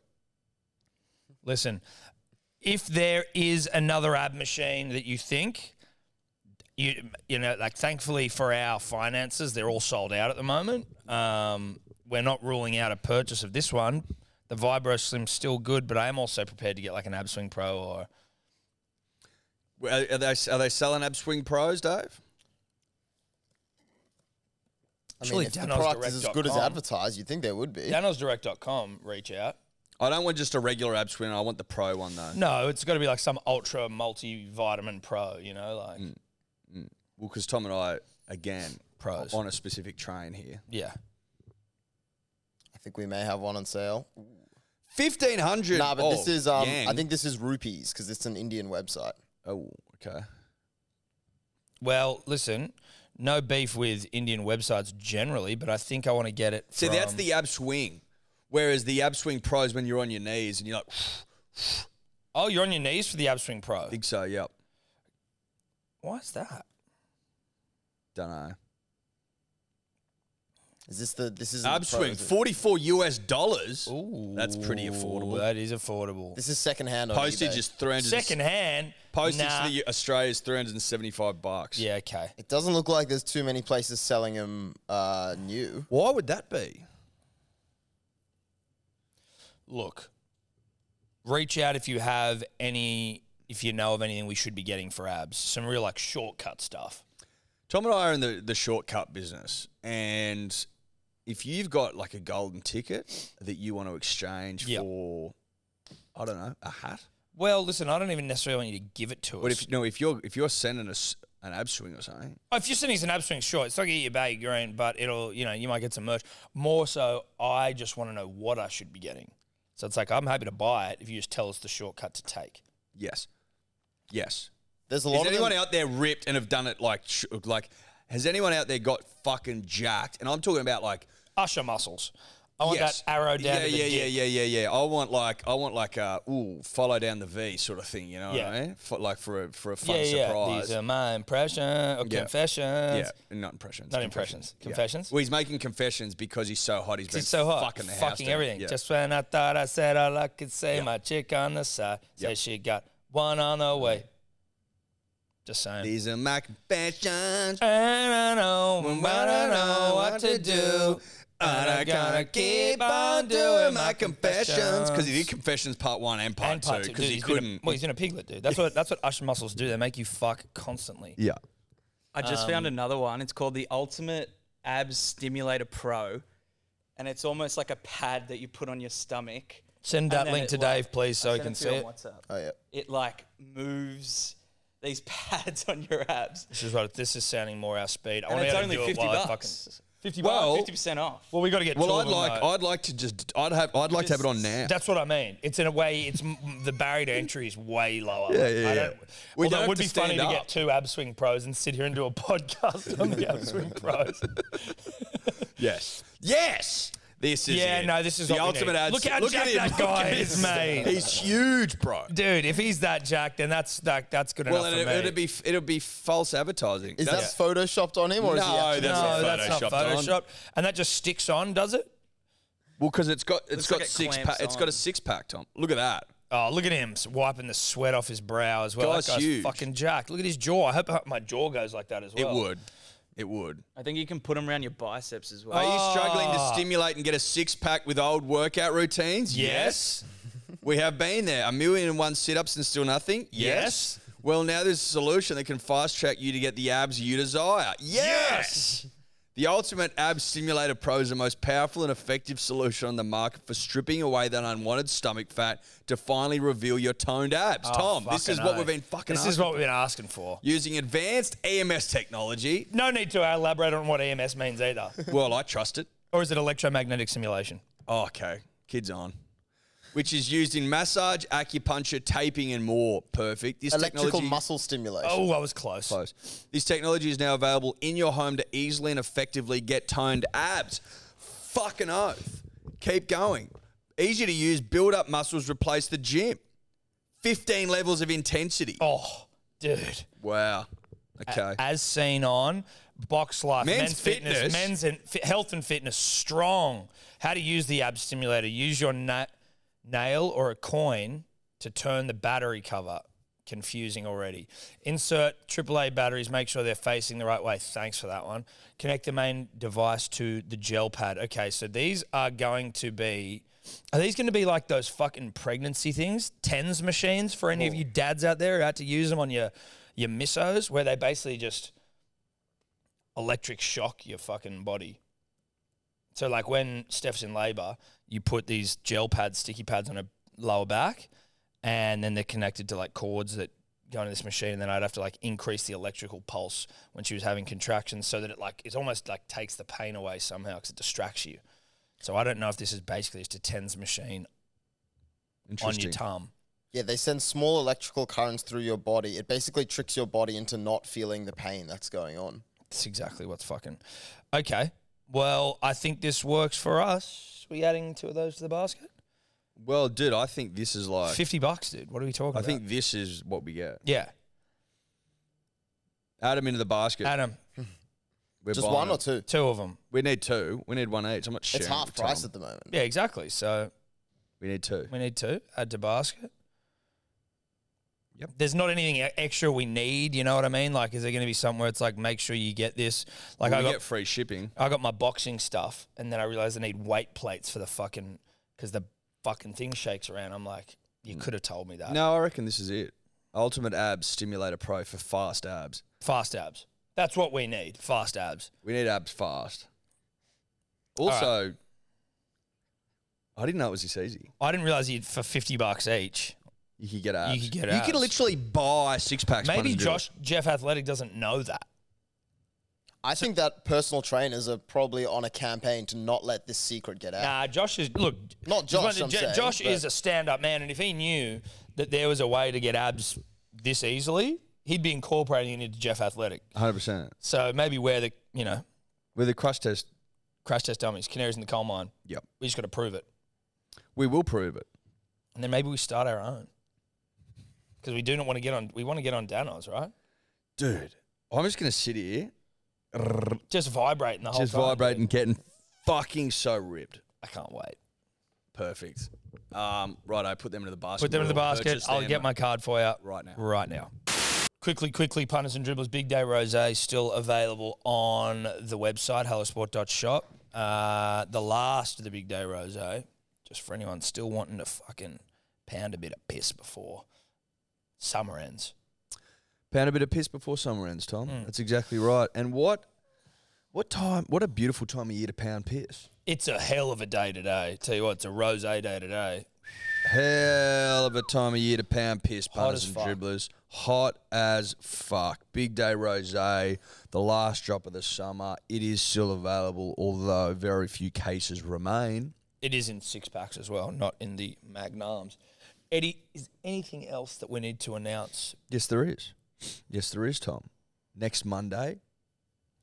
B: Listen, if there is another ab machine that you think, you you know, like thankfully for our finances, they're all sold out at the moment. Um, we're not ruling out a purchase of this one. The Vibro Slim's still good, but I am also prepared to get like an Ab Swing Pro or
C: are are they are they selling Ab Swing Pros, Dave?
E: I mean,
B: Surely
E: if the
B: Danos
E: product is as good as
B: Direct.com.
E: advertised, you'd think there would be.
B: DanosDirect.com. Reach out.
C: I don't want just a regular Ab Swing. I want the Pro one though.
B: No, it's got to be like some ultra multivitamin pro. You know, like
C: Mm. Well, because Tom and I again
B: Pros.
C: on a specific train here.
B: yeah.
E: I think we may have one on sale.
C: Fifteen hundred.
E: Nah, but this is um, I think this is rupees because it's an Indian website.
C: Oh, okay.
B: Well, listen, no beef with Indian websites generally, but I think I want to get it.
C: See, that's
B: from-
C: the Ab Swing. Whereas the Ab Swing Pro is when you're on your knees and you're like,
B: Oh, you're on your knees for the Abswing Pro.
C: think so. Yep.
B: Why is that?
C: Don't know.
E: Is this the this is
C: Ab Swing, forty-four US dollars.
B: Ooh,
C: That's pretty affordable.
B: That is affordable.
E: This is secondhand. on
C: Postage
E: eBay.
C: is three hundred.
B: Second hand.
C: Postage
B: nah.
C: to the Australia is 375 bucks.
B: Yeah, okay.
E: It doesn't look like there's too many places selling them uh, new.
C: Why would that be?
B: Look, reach out if you have any, if you know of anything we should be getting for abs. Some real like shortcut stuff.
C: Tom and I are in the, the shortcut business. And if you've got like a golden ticket that you want to exchange
B: Yeah.
C: for, I don't know, a hat.
B: Well, listen, I don't even necessarily want you to give it to
C: But
B: us.
C: if no, if you're if you're sending us an ab swing or something,
B: Oh, if you're sending us an upswing, sure, it's not gonna get your bag green, but it'll, you know, you might get some merch. More so, I just want to know what I should be getting. So it's like I'm happy to buy it if you just tell us the shortcut to take.
C: yes, yes.
E: There's a
C: Is
E: lot of them-
C: anyone out there ripped and have done it like sh- like? Has anyone out there got fucking jacked? And I'm talking about like
B: Usher muscles. I want
C: Yes.
B: that arrow down
C: Yeah,
B: to the
C: yeah,
B: dick.
C: yeah, yeah, yeah, yeah. I want like I want like a ooh follow down the V sort of thing. You know what I
B: Yeah.
C: mean? For, like for a for a fun
B: Yeah, yeah.
C: surprise.
B: These um, are my impressions or
C: Yeah.
B: confessions.
C: yeah, not impressions.
B: uh, Not impressions. Confessions.
C: Yeah. Well, he's making confessions because he's so hot. He's been
B: It's so hot.
C: fucking the house down.
B: everything.
C: Yeah.
B: Just when I thought I said all I could say, my chick on the side says she got one on the way. Just saying.
C: these are my confessions.
B: I don't know, I don't know what to do.
C: And I gotta keep on doing my confessions because he did confessions part one and part,
B: And part
C: two
B: two,
C: because
B: dude,
C: he
B: he's been a-
C: couldn't.
B: well, he's in a piglet, dude. That's what that's what usher muscles do. They make you fuck constantly.
C: yeah,
D: I just found
B: Um,
D: another one. It's called the Ultimate Abs Stimulator Pro, and it's almost like a pad that you put on your stomach.
B: Send
D: And
B: that
D: then
B: link
D: it,
B: to
D: like-
B: Dave, please, so
D: I
B: he
D: sent
B: can
D: to
B: see
D: you
B: it.
D: on WhatsApp.
E: Oh yeah.
D: It like moves these pads on your abs,
B: This is what this is sounding more our speed. I
D: and
B: want
D: it's
B: to
D: only
B: do
D: fifty
B: it while I
D: bucks.
B: fucking-
D: Fifty
C: Well-
D: bucks, fifty percent off.
B: Well, we got to get.
C: Well,
B: two of
C: I'd
B: them,
C: like,
B: though.
C: I'd like to just, I'd have, I'd like to have it on now.
B: That's what I mean. It's in a way, it's m- the barrier to entry is way lower.
C: Yeah, yeah,
B: I
C: yeah.
B: don't,
C: We
B: although it
C: don't have
B: would
C: to
B: be funny
C: stand
B: to
C: up.
B: get two ab swing pros and sit here and do a podcast on the ab swing pros.
C: Yes, yes. This is
B: Yeah,
C: it.
B: no, this is
C: the
B: what we
C: ultimate
B: need.
C: ad.
B: Look how
C: look at
B: jacked
C: him.
B: that
C: Look
B: guy
C: at
B: is,
C: him.
B: mate.
C: He's huge, bro.
B: Dude, if he's that jacked, then that's that, that's good
C: Well,
B: enough
C: it,
B: for me.
C: it'd be, it'd be false advertising.
E: Is
C: That's-
E: that photoshopped on him or is he
C: No,
E: actually-
C: that's
B: no,
C: not
B: that's not
C: photoshopped on.
B: photoshopped, and that just sticks on, does it?
C: well, because it's got, it's
D: Looks
C: got
D: like it
C: six, pa-
D: clamps
C: it's got a
D: on.
C: six pack, Tom. Look at that.
B: Oh, look at him s- wiping the sweat off his brow as well.
C: Guy's
B: that guy's
C: huge.
B: fucking jacked. Look at his jaw. I hope my jaw goes like that as well.
C: It would, it would.
D: I think you can put them around your biceps as
C: Are
D: well.
C: you struggling to
B: Ah.
C: stimulate and get a six pack with old workout routines?
B: Yes.
C: We have been there. A million and one sit ups and still nothing?
B: Yes.
C: Well, now there's a solution that can fast track you to get the abs you desire. Yes. The Ultimate Ab Stimulator Pro is the most powerful and effective solution on the market for stripping away that unwanted stomach fat to finally reveal your toned abs. Tom, this is
B: Oh, Fucking
C: what
B: oath.
C: we've been fucking
B: This is
C: asking
B: what we've been asking for.
C: for. Using advanced EMS technology.
B: No need to elaborate on what EMS means either.
C: well, I trust it.
B: or is it electromagnetic simulation?
C: Oh, okay. Kids on. Which is used in massage, acupuncture, taping, and more. Perfect. This
E: electrical
C: technology,
E: muscle stimulation?
B: Oh, I was close.
C: close. This technology is now available in your home to easily and effectively get toned abs. Fucking oath. Keep going. Easy to use, build up muscles, replace the gym. 15 levels of intensity.
B: Oh, dude.
C: Wow. Okay.
B: As seen on Box Life,
C: Men's Fitness.
B: men's and fi- health and fitness, strong. How to use the ab stimulator? Use your na- nail or a coin to turn the battery cover. Confusing already. Insert AAA batteries. Make sure they're facing the right way. Thanks for that one. Connect the main device to the gel pad. Okay, so these are going to be. Are these going to be like those fucking pregnancy things, tens machines for any of you dads out there who had to use them on your your missos, where they basically just electric shock your fucking body. So like when Steph's in labor, you put these gel pads, sticky pads on her lower back, and then they're connected to like cords that go into this machine. And then I'd have to like increase the electrical pulse when she was having contractions, so that it like it's almost like takes the pain away somehow because it distracts you. So I don't know if this is basically just a tens machine on your tongue.
E: Yeah, they send small electrical currents through your body. It basically tricks your body into not feeling the pain that's going on.
B: That's exactly what's fucking. Okay. Well, I think this works for us. We adding two of those to the basket?
C: well, dude, I think this is like.
B: Fifty bucks, dude. What are we talking
C: I
B: about?
C: think this is what we get.
B: Yeah.
C: Adam into the basket.
B: Adam,
C: We're
E: Just
C: buying
E: one
C: them.
E: or two.
B: two of them.
C: We need two. We need one each. I'm not sure.
E: It's half price at the moment.
B: Yeah, exactly. So
C: We need two.
B: we need two. Add to basket.
C: Yep.
B: There's not anything e- extra we need. You know what I mean? Like, is there going to be somewhere it's like, make sure you get this? Like,
C: Well,
B: I
C: we
B: got
C: get free shipping.
B: I got my boxing stuff, and then I realized I need weight plates for the fucking because the fucking thing shakes around. I'm like, you could have told me that.
C: Mm. No, I reckon this is it. Ultimate Abs Stimulator Pro for fast abs.
B: Fast abs. That's what we need. Fast abs.
C: We need abs fast.
B: right.
C: Also, I didn't know it was this easy.
B: I didn't realize you'd for fifty bucks each.
C: You could get abs.
B: could get
C: You could
B: abs.
C: literally buy six packs. of
B: Maybe
C: Bunnies
B: Josh Jeff Athletic doesn't know that.
E: I think that personal trainers are probably on a campaign to not let this secret get out.
B: Nah, Josh is look.
E: Uh, Not
B: just
E: Josh,
B: wanted to-
E: I'm
B: Jo-
E: saying,
B: Josh is
E: but-
B: a stand-up man, and if he knew that there was a way to get abs this easily, he'd be incorporating it into Jeff Athletic.
C: Drill. 100%.
B: So maybe we're the you know
C: With a crush test,
B: crash test dummies, canaries in the coal mine.
C: yep.
B: We just got to prove it,
C: We will prove it.
B: and then maybe we start our own because we do not want to get on. We want to get on Danos, right?
C: Dude, I'm just going to sit here,
B: Just vibrating the whole
C: just
B: time, dude.
C: vibrating, getting fucking so ripped.
B: I can't wait.
C: Perfect. Um, right, I put them into the basket.
B: Put them in the
C: We'll
B: basket.
C: purchase
B: I'll
C: them
B: get my card for you
C: right now.
B: right now. Quickly, quickly, punters and dribblers, Big Day Rosé still available on the website, hellosport.shop. Uh, the last of the big day rosé, just for anyone still wanting to fucking pound a bit of piss before summer ends.
C: Pound a bit of piss before summer ends, Tom.
B: Mm.
C: That's exactly right. And what what time what a beautiful time of year to pound piss.
B: It's a hell of a day today. Tell you what, it's a rosé day today.
C: Hell of a time of year to pound piss,
B: Hot
C: punters
B: as
C: and
B: fuck.
C: dribblers. Hot as fuck. Big day rosé, the last drop of the summer. It is still available, although very few cases remain.
B: It is in six packs as well, not in the magnums. Eddie, is anything else that we need to announce?
C: Yes, there is. Yes, there is, Tom. Next Monday,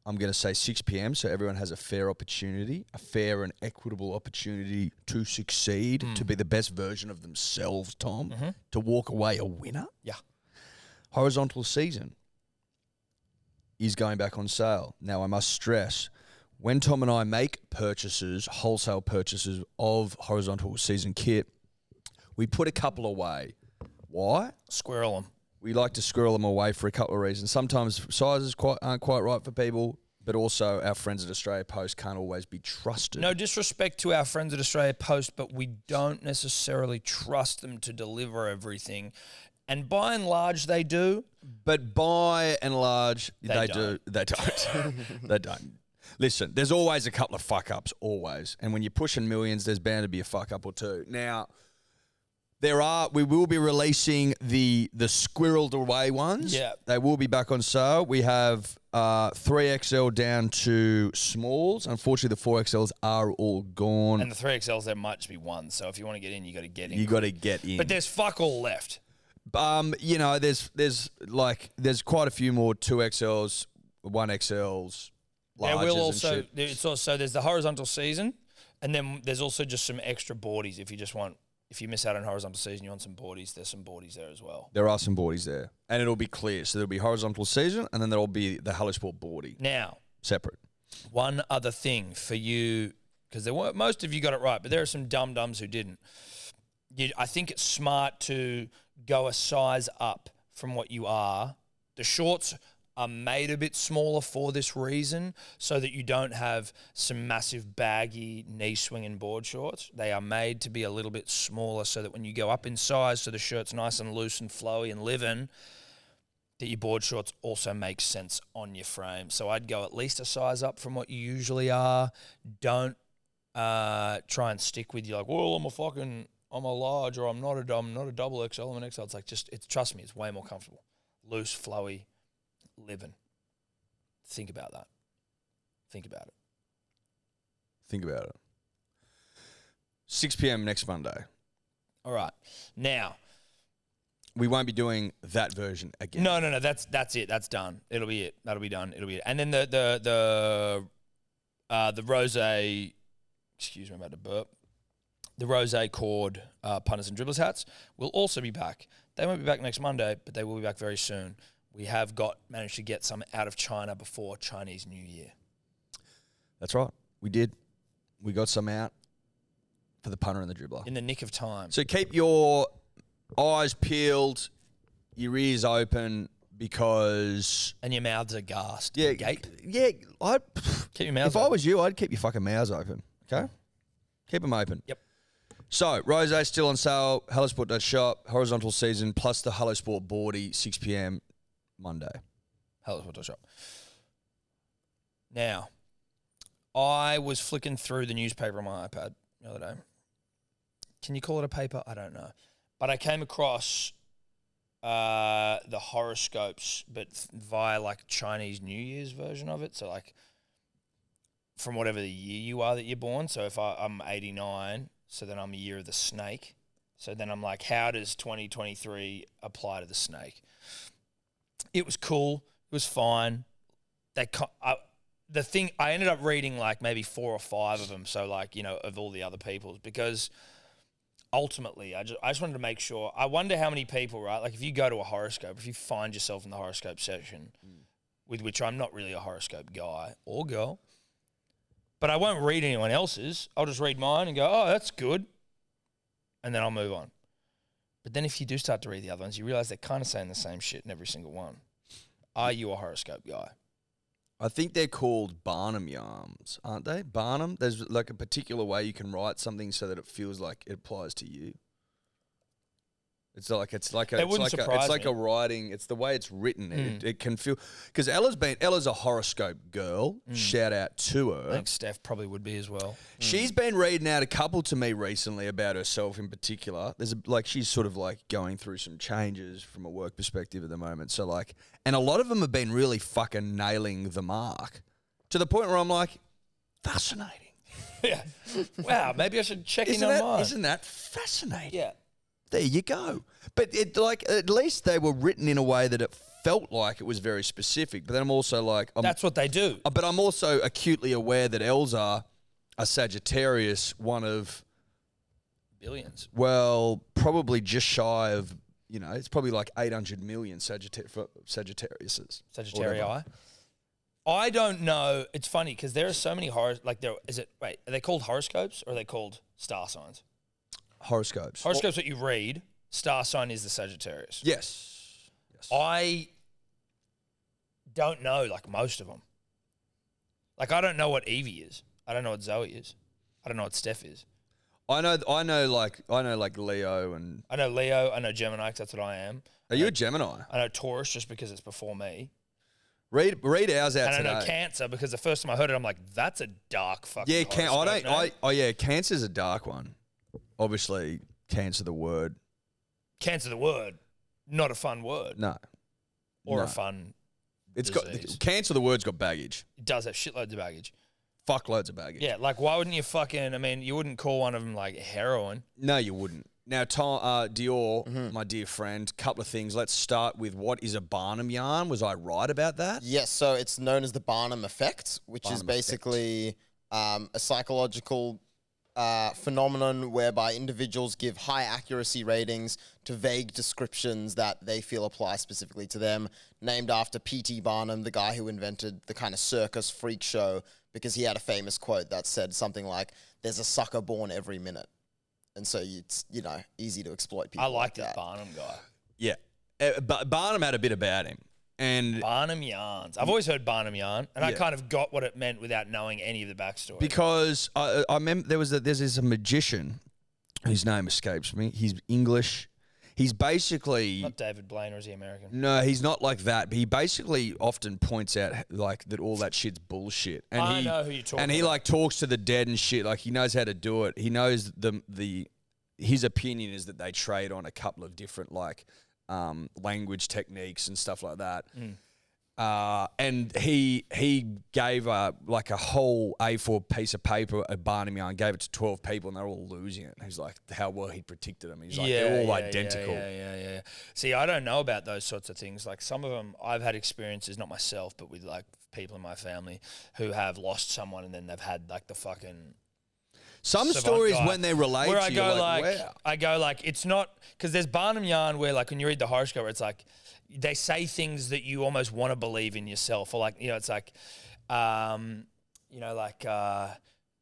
C: I'm going to say 6 p.m. so everyone has a fair opportunity, a fair and equitable opportunity to succeed, to be the best version of themselves, Tom, to walk away a winner.
B: Yeah.
C: Horizontal Season is going back on sale. Now, I must stress when Tom and I make purchases, wholesale purchases of Horizontal Season kit, we put a couple away. Why?
B: Squirrel them.
C: we like to squirrel them away for a couple of reasons. Sometimes sizes quite, aren't quite right for people, but also our friends at Australia Post can't always be trusted.
B: No disrespect to our friends at Australia Post, but we don't necessarily trust them to deliver everything. And by and large, they do.
C: but by and large, they, do.
B: don't.
C: They don't. they don't. Listen, there's always a couple of fuck ups, always. And when you're pushing millions, there's bound to be a fuck up or two. Now, there are. We will be releasing the the squirreled away ones.
B: Yeah.
C: they will be back on sale. We have uh, three XL down to smalls. Unfortunately, the four XLs are all gone.
B: And the three XLs, there might just be one. So if you want to get in, you got to get in.
C: you got to get in.
B: but there's fuck all left.
C: um, you know, there's there's like there's quite a few more two XLs, one XLs.
B: There
C: larges
B: will
C: and
B: also
C: shit.
B: there- it's also there's the horizontal season, and then there's also just some extra boardies if you just want if you miss out on horizontal season, you want some boardies. There's some boardies there as well.
C: There are some boardies there, and it'll be clear. So there'll be horizontal season, and then there'll be the Halisport boardie
B: Now,
C: separate.
B: one other thing for you because there were most of you got it right, but there are some dum dums who didn't. You, I think it's smart to go a size up from what you are. The shorts are made a bit smaller for this reason, so that you don't have some massive baggy knee swinging board shorts. They are made to be a little bit smaller, so that when you go up in size, so the shirt's nice and loose and flowy and living, that your board shorts also make sense on your frame. So I'd go at least a size up from what you usually are. Don't uh, try and stick with you like, well, I'm a fucking, I'm a large or I'm not a, I'm not a double XL, I'm an XL. It's like just, it's trust me, it's way more comfortable, loose, flowy, living. Think about that. Think about it.
C: Think about it. 6 p.m. next Monday.
B: All right. Now,
C: We won't be doing that version again.
B: No, no, no. That's that's it. That's done. It'll be it. That'll be done. It'll be it. And then the the the uh, the rose. Excuse me, I'm about to burp. The rose cord uh, punters and dribblers hats will also be back. They won't be back next Monday, but they will be back very soon. We have got managed to get some out of China before Chinese New Year.
C: That's right. We did. We got some out for the punter and the dribbler.
B: In the nick of time.
C: So keep your eyes peeled, your ears open, because
B: And your mouths are gassed.
C: yeah,
B: Gape.
C: yeah. I
B: Keep your mouths
C: if I
B: open.
C: was you, I'd keep your fucking mouths open. Okay, keep them open.
B: Yep.
C: So Rose still on sale. Hellosport.shop, horizontal season plus the Hellosport boardy, six p.m. Monday.
B: Hell is what does shop. Now, I was flicking through the newspaper on my iPad the other day. Can you call it a paper? I don't know. But I came across uh, the horoscopes, but th- via like Chinese New Year's version of it. So, like, from whatever the year you are that you're born. So, if I, I'm 89, so then I'm a year of the snake. So then I'm like, how does 2023 apply to the snake? it was cool. It was fine. They, co- I, the thing I ended up reading like maybe four or five of them. So like you know of all the other people's because ultimately I just I just wanted to make sure. I wonder how many people right like if you go to a horoscope, if you find yourself in the horoscope section, with which I'm not really a horoscope guy or girl, but I won't read anyone else's. I'll just read mine and go, oh, that's good, and then I'll move on. But then if you do start to read the other ones, you realize they're kind of saying the same shit in every single one. Are you a horoscope guy?
C: I think they're called Barnum yams, aren't they? Barnum. There's like a particular way you can write something so that it feels like it applies to you. It's like it's like a,
B: It
C: it's
B: wouldn't
C: like a,
B: surprise
C: it's like
B: me. Hmm.
C: a writing. It's the way it's written. It, it can feel because Ella's been Ella's a horoscope girl.
B: Hmm.
C: Shout out to her.
B: I think Steph probably would be as well.
C: She's been reading out a couple to me recently about herself in particular. There's a, like she's sort of like going through some changes from a work perspective at the moment. So like, and a lot of them have been really fucking nailing the mark to the point where I'm like, fascinating.
B: yeah. Wow. Maybe I should check
C: Isn't
B: in on
C: that,
B: mine.
C: isn't that fascinating?
B: yeah.
C: There you go. But it like at least they were written in a way that it felt like it was very specific. But then I'm also like, I'm,
B: That's what they do.
C: uh, but I'm also acutely aware that Elzar, a Sagittarius, one of
B: Billions.
C: well, probably just shy of, you know, it's probably like 800 million Sagittari- for Sagittariuses.
B: Sagittarii. I don't know. It's funny because there are so many hor Like there is it. Wait, are they called horoscopes or are they called star signs?
C: Horoscopes.
B: Horoscopes that you read. Star sign is the Sagittarius.
C: yes. yes.
B: I don't know like most of them. Like I don't know what Evie is. I don't know what Zoe is. I don't know what Steph is.
C: I know, I know, like, I know, like Leo and.
B: I know Leo. I know Gemini 'cause that's what I am.
C: Are you a Gemini?
B: I know Taurus just because it's before me.
C: Read, read ours out
B: and I
C: today.
B: know Cancer because the first time I heard it, I'm like, that's a dark fucking.
C: yeah, can, I
B: horoscope
C: don't. I,
B: name.
C: oh yeah, Cancer's a dark one. Obviously, cancer the word.
B: Cancer the word, not a fun word
C: No,
B: or a
C: no.
B: fun.
C: it's
B: disease.
C: got cancer. The word's got baggage.
B: It does have shitloads of baggage.
C: Fuck loads of baggage.
B: Yeah, like why wouldn't you fucking? I mean, you wouldn't call one of them like heroin.
C: No, you wouldn't. Now, Tom, uh, Dior, my dear friend, couple of things. Let's start with what is a Barnum yarn? Was I right about that?
E: Yes, so it's known as the Barnum effect, which is
C: Barnum effect.
E: basically um, a psychological uh, phenomenon whereby individuals give high accuracy ratings to vague descriptions that they feel apply specifically to them, named after P.T. Barnum, the guy who invented the kind of circus freak show, because he had a famous quote that said something like, There's a sucker born every minute. And so it's, you know, easy to exploit people.
B: I like
E: that.
B: that Barnum guy.
C: Yeah. Uh, but Barnum had a bit about him. And
B: Barnum yarns. I've always heard Barnum yarn, and I
C: Mm. Yeah.
B: kind of got what it meant without knowing any of the backstory.
C: because I, I remember there was a, there's this magician whose name escapes me. He's English. He's basically.
B: not David Blaine, or is he American?
C: No, he's not like that. But he basically often points out like that all that shit's bullshit. And
B: I
C: he,
B: know who you're talking
C: And he
B: about.
C: like talks to the dead and shit. Like he knows how to do it. He knows the the his opinion is that they trade on a couple of different like um, language techniques and stuff like that.
B: Mm.
C: Uh, and he he gave a like a whole A4 piece of paper a Barnum yarn, gave it to twelve people, and they're all losing it. He's like, how well he predicted them. He's like, they're all identical.
B: Yeah, yeah, yeah, yeah. See, I don't know about those sorts of things. Like some of them, I've had experiences, not myself, but with like people in my family who have lost someone and then they've had like the fucking
C: Some
B: savant
C: stories
B: guy.
C: when they relate
B: where
C: to
B: I
C: you,
B: go
C: you're
B: like,
C: wow.
B: I go like it's not because there's Barnum yarn where like when you read the horoscope where it's like they say things that you almost want to believe in yourself or like you know it's like um you know like uh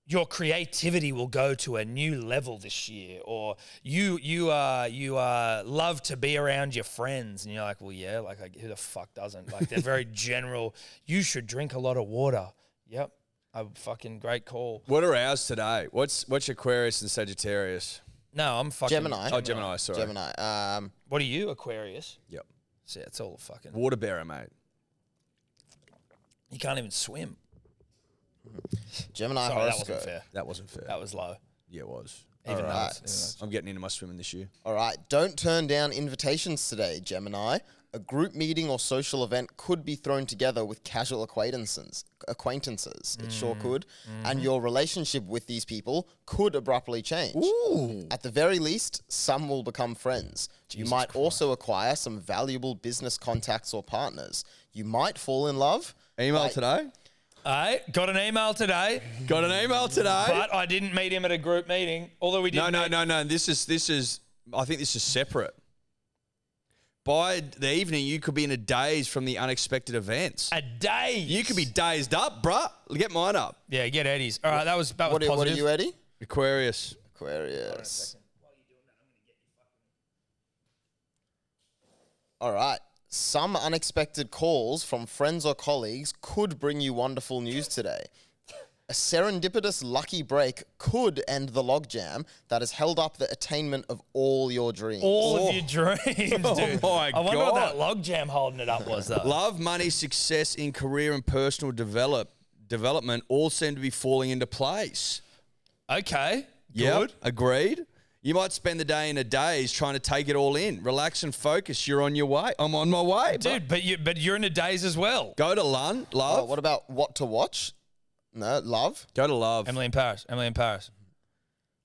B: your creativity will go to a new level this year or you you uh you uh love to be around your friends and you're like well yeah like, like who the fuck doesn't like they're very general you should drink a lot of water yep a fucking great call
C: What are ours today? What's what's Aquarius and Sagittarius?
B: no i'm fucking
E: Gemini.
C: Oh, Gemini. Sorry.
E: Gemini. Um,
B: What are you, Aquarius?
C: Yep.
B: See, it's all fucking.
C: Water bearer, mate.
B: You can't even swim.
C: Oh,
E: Gemini
B: Sorry, that
E: horoscope.
B: wasn't fair.
C: That wasn't fair.
B: That was low.
C: yeah, it was.
B: Even though
E: right.
B: it's- even though it's-
C: I'm getting into my swimming this year.
E: All right, don't turn down invitations today, Gemini. A group meeting or social event could be thrown together with casual acquaintances. Acquaintances, it
C: Mm-hmm.
E: sure could, and your relationship with these people could abruptly change. At the very least, some will become friends. you might also acquire some valuable business contacts or partners. You might fall in love.
C: Email
E: Like-
C: today.
B: I got an email today,
C: Got an email today.
B: but I didn't meet him at a group meeting. Although we did.
C: no, no,
B: meet-
C: no, no. This is this is. I think this is separate. By the evening, you could be in a daze from the unexpected events.
B: A day.
C: You could be dazed up, bruh. Get mine up.
B: Yeah, get Eddie's. All right, that was that was
E: What are,
B: positive.
E: what are you, Eddie?
C: Aquarius.
E: Aquarius. All right. Some unexpected calls from friends or colleagues could bring you wonderful news today. A serendipitous lucky break could end the logjam that has held up the attainment of all your dreams.
B: All of your dreams, dude.
C: Oh. my
B: I wonder what that
C: God.
B: logjam holding it up was, though.
C: Love, money, success in career and personal develop development all seem to be falling into place.
B: okay.
C: Yeah,
B: Good.
C: agreed. You might spend the day in a daze trying to take it all in. Relax and focus. You're on your way. I'm on my way. bro.
B: Dude, but you but you're in a daze as well.
C: Go to Lun,
E: Oh,
C: love.
E: what about what to watch? No, love,
C: Go to love.
B: Emily in Paris. Emily in Paris.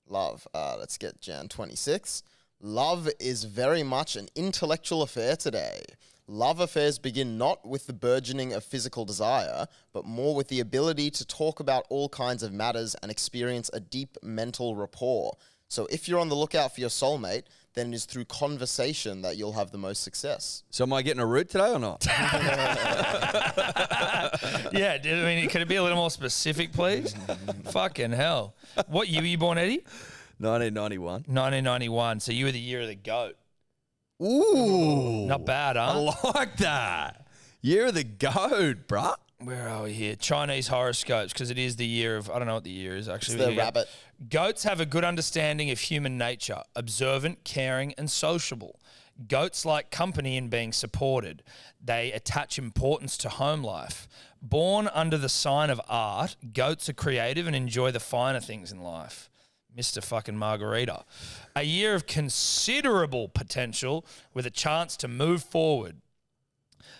E: love. Uh, let's get Jan 26. Love is very much an intellectual affair today. Love affairs begin not with the burgeoning of physical desire, but more with the ability to talk about all kinds of matters and experience a deep mental rapport. So if you're on the lookout for your soulmate, then it is through conversation that you'll have the most success.
C: So am I getting a root today or not?
B: Yeah, dude, I mean, could it be a little more specific, please? Fucking hell. What year were you born, Eddie?
C: 1991.
B: 1991. So you were the year of the goat.
C: Ooh.
B: Not bad, huh?
C: I like that. You're the goat, bruh.
B: Where are we here? Chinese horoscopes, because it is the year of, I don't know what the year is actually.
E: It's the
B: Here we go.
E: rabbit.
B: Goats have a good understanding of human nature, observant, caring, and sociable. Goats like company and being supported. They attach importance to home life. Born under the sign of art, goats are creative and enjoy the finer things in life. Mr. fucking Margarita. A year of considerable potential with a chance to move forward.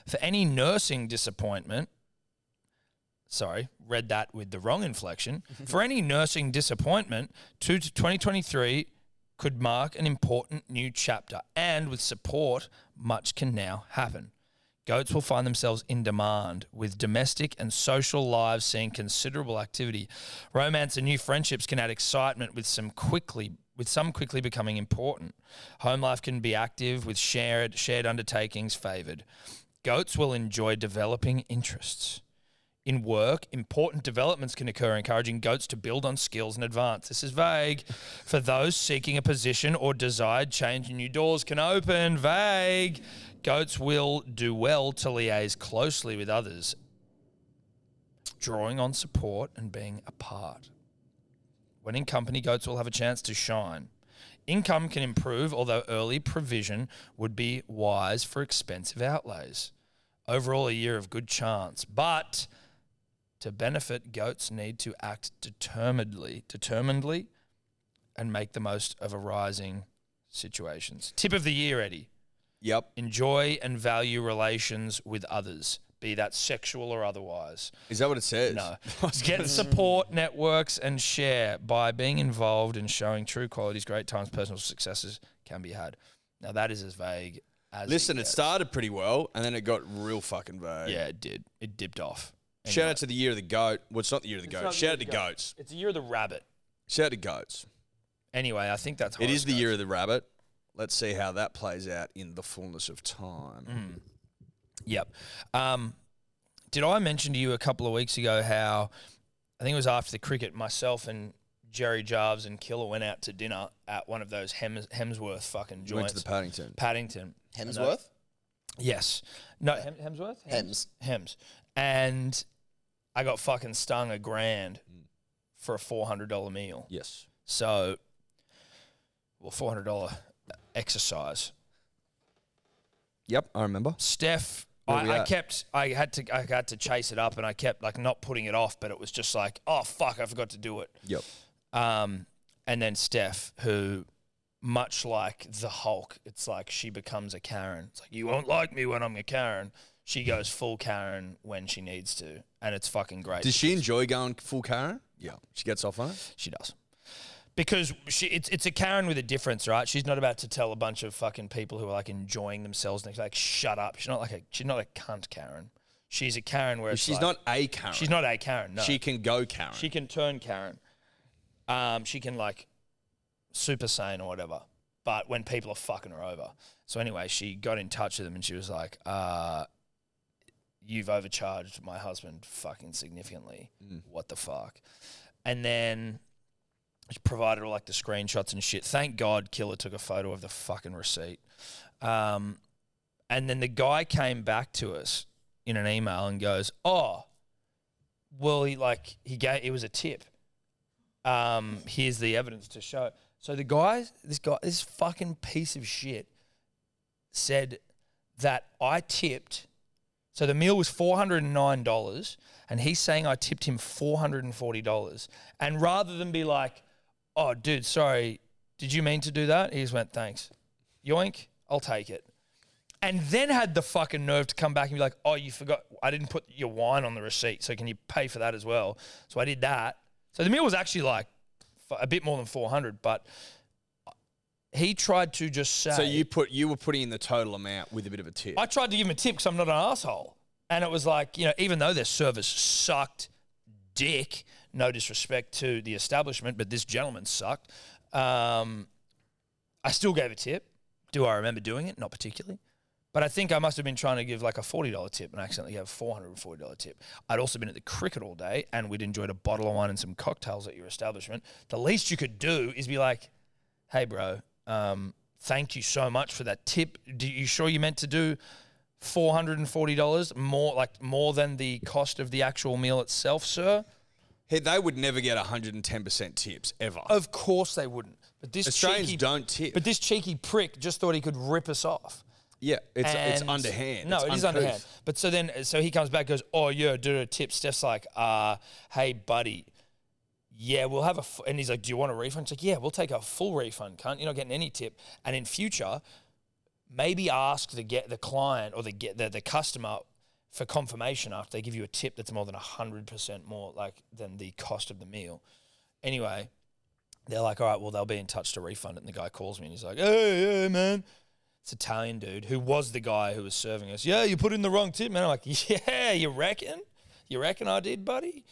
B: For any nursing disappointment, sorry, read that with the wrong inflection. For any nursing disappointment, two to 2023 could mark an important new chapter, and with support, much can now happen. Goats will find themselves in demand, with domestic and social lives seeing considerable activity. Romance and new friendships can add excitement with some quickly with some quickly becoming important. Home life can be active with shared shared undertakings favored. Goats will enjoy developing interests. In work, important developments can occur, encouraging goats to build on skills and advance. This is vague. For those seeking a position or desired change, new doors can open. Vague. Goats will do well to liaise closely with others, drawing on support and being a part. When in company, goats will have a chance to shine. Income can improve, although early provision would be wise for expensive outlays. Overall, a year of good chance, but to benefit, goats need to act determinedly, determinedly, and make the most of arising situations. Tip of the year, Eddie:
C: Yep.
B: enjoy and value relations with others, be that sexual or otherwise.
C: Is that what it says?
B: No. Get support networks and share by being involved and showing true qualities. Great times, personal successes can be had. Now that is as vague as.
C: Listen, it
B: gets.
C: started pretty well and then it got real fucking vague.
B: Yeah, it did. It dipped off.
C: Shout out to the year of the goat. Well, it's not the year of the goat. Shout out to goats.
B: It's the year of the rabbit.
C: Shout out to goats.
B: Anyway, I think that's.
C: It is the
B: horoscopes.
C: year of the rabbit. Let's see how that plays out in the fullness of time.
B: Yep. Um, did I mention to you a couple of weeks ago how I think it was after the cricket, myself and Jerry Jarves and Killer went out to dinner at one of those Hems- Hemsworth fucking
C: You went
B: joints.
C: to the Paddington.
B: Paddington.
E: Hemsworth?
B: Yes. No, Oh, Hem- Hemsworth?
E: Hems.
B: Hems. And I got fucking stung a grand
C: Mm.
B: for a $400 meal.
C: Yes.
B: So, well, $400 exercise.
C: Yep, I remember.
B: Steph,
C: Where we
B: I, I
C: at?
B: kept, I had to, I had to chase it up, and I kept like not putting it off, but it was just like, oh fuck, I forgot to do it.
C: Yep.
B: Um, and then Steph, who, much like the Hulk, it's like she becomes a Karen. It's like you won't like me when I'm a Karen. She goes full Karen when she needs to, and it's fucking great.
C: Does she enjoy going full Karen? Yeah. She gets off on it?
B: She does. Because she, it's, it's a Karen with a difference, right? She's not about to tell a bunch of fucking people who are like enjoying themselves and they're like, shut up. She's not like a, she's not a cunt Karen. She's a Karen where it's
C: She's
B: like-
C: not a Karen.
B: she's not a Karen. No,
C: She can go Karen.
B: she can turn Karen. Um, she can like super sane or whatever. But when people are fucking her over, so anyway, she got in touch with them and she was like, uh, "You've overcharged my husband fucking significantly.
C: Mm.
B: What the fuck?" And then she provided all like the screenshots and shit. Thank God, Killer took a photo of the fucking receipt. Um, And then the guy came back to us in an email and goes, "Oh, well, he like he gave it was a tip. Um, here's the evidence to show." it." So the guy, this guy, this fucking piece of shit, said that I tipped. So the meal was four hundred and nine dollars, and he's saying I tipped him four hundred and forty dollars. And rather than be like, "Oh, dude, sorry, did you mean to do that?" He just went, "Thanks, yoink, I'll take it." And then had the fucking nerve to come back and be like, "Oh, you forgot, I didn't put your wine on the receipt, so can you pay for that as well?" So I did that. So the meal was actually like f- a bit more than four hundred, but he tried to just say,
C: So you put you were putting in the total amount with a bit of a tip.
B: I tried to give him a tip because I'm not an asshole. And it was like, you know, even though their service sucked dick, no disrespect to the establishment, but this gentleman sucked. Um, I still gave a tip. Do I remember doing it? Not particularly. But I think I must have been trying to give like a $40 tip and I accidentally gave a $440 tip. I'd also been at the cricket all day and we'd enjoyed a bottle of wine and some cocktails at your establishment. The least you could do is be like, hey, bro, um, thank you so much for that tip. Do you sure you meant to do four hundred and forty dollars more, like more than the cost of the actual meal itself, sir?
C: Hey, they would never get 110% tips ever.
B: Of course they wouldn't. But this
C: Australians
B: cheeky,
C: don't tip.
B: But this cheeky prick just thought he could rip us off.
C: yeah, it's it's
B: And-
C: underhand.
B: No,
C: it's
B: it is
C: uncouth.
B: underhand. But so then, so he comes back, goes, "Oh yeah, do a tip." Steph's like, "Uh, hey buddy, yeah, we'll have a." F-. And he's like, "Do you want a refund?" He's like, "Yeah, we'll take a full refund, cunt. You're not getting any tip." And in future, maybe ask the get the client or the get the, the customer for confirmation after they give you a tip that's more than hundred percent more like than the cost of the meal. Anyway, they're like, all right, well, they'll be in touch to refund it. And the guy calls me and he's like, hey, hey, man. It's Italian dude who was the guy who was serving us. Yeah, you put in the wrong tip, man. I'm like, yeah, you reckon? You reckon I did, buddy?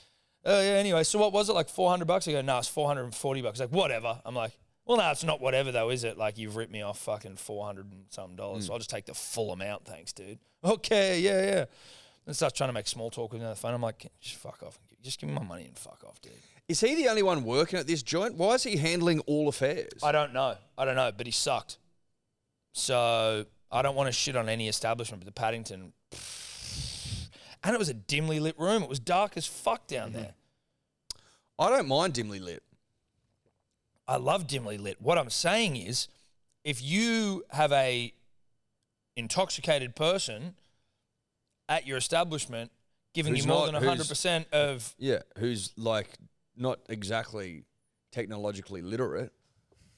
B: Oh, yeah, anyway. So what was it, like 400 bucks? I go, no, it's 440 bucks. He's like, whatever. I'm like, well, no, it's not whatever, though, is it? Like, you've ripped me off fucking 400 and something dollars. So I'll just take the full amount, thanks, dude. Okay, yeah, yeah. And starts trying to make small talk with me on the phone. I'm like, just fuck off. Just give me my money and fuck off, dude.
C: Is he the only one working at this joint? Why is he handling all affairs?
B: I don't know. I don't know, but he sucked. So I don't want to shit on any establishment, but the Paddington. And it was a dimly lit room. It was dark as fuck down
C: Mm-hmm.
B: there.
C: I don't mind dimly lit.
B: I love dimly lit. What I'm saying is, if you have a intoxicated person at your establishment giving
C: Who's
B: you more
C: not-
B: than
C: who's-
B: 100% of
C: Yeah, who's like not exactly technologically literate.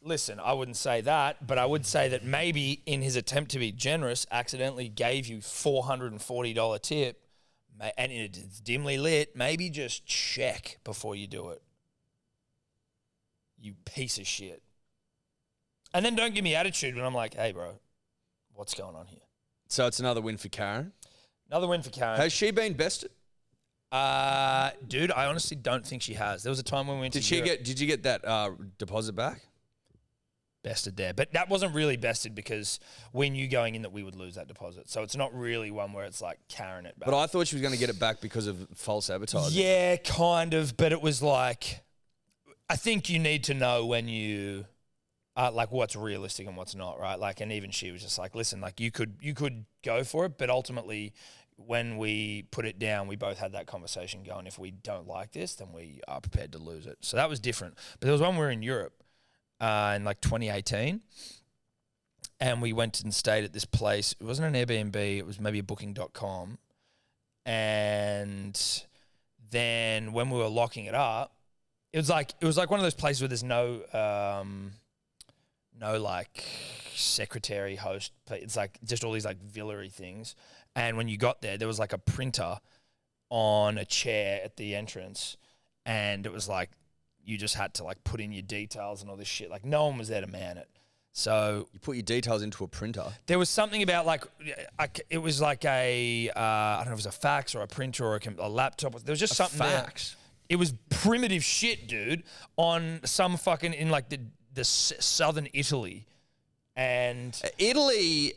B: Listen, I wouldn't say that, but I would say that maybe in his attempt to be generous, accidentally gave you four hundred and forty dollar tip, ma- and it's dimly lit. Maybe just check before you do it. You piece of shit. And then don't give me attitude when I'm like, "Hey, bro, what's going on here?"
C: So it's another win for Karen.
B: Another win for Karen.
C: Has she been bested?
B: uh, dude, I honestly don't think she has. There was a time when we went
C: Did
B: to
C: she
B: Europe-
C: get? Did you get that uh, deposit back?
B: bested there. But that wasn't really bested because we knew going in that we would lose that deposit. So it's not really one where it's like carrying it back.
C: But I thought she was going to get it back because of false advertising.
B: yeah, kind of. But it was like, I think you need to know when you. Uh, like what's realistic and what's not, right? Like, and even she was just like, "Listen, like you could you could go for it, but ultimately, when we put it down, we both had that conversation going. If we don't like this, then we are prepared to lose it. So that was different. But there was one we were in Europe, uh, in like 2018. And we went and stayed at this place. It wasn't an Airbnb, it was maybe a booking.com. And then when we were locking it up, it was like it was like one of those places where there's no um, no like secretary host. but It's like just all these like villary things. And when you got there, there was like a printer on a chair at the entrance, and it was like you just had to like put in your details and all this shit. Like no one was there to man it. So
C: You put your details into a printer.
B: there was something about like I c it was like a uh, I don't know if it was a fax or a printer or a, com- a laptop. There was just something there.
C: fax?
B: It was primitive shit, dude. On some fucking in like the the s- southern Italy, and
C: Italy,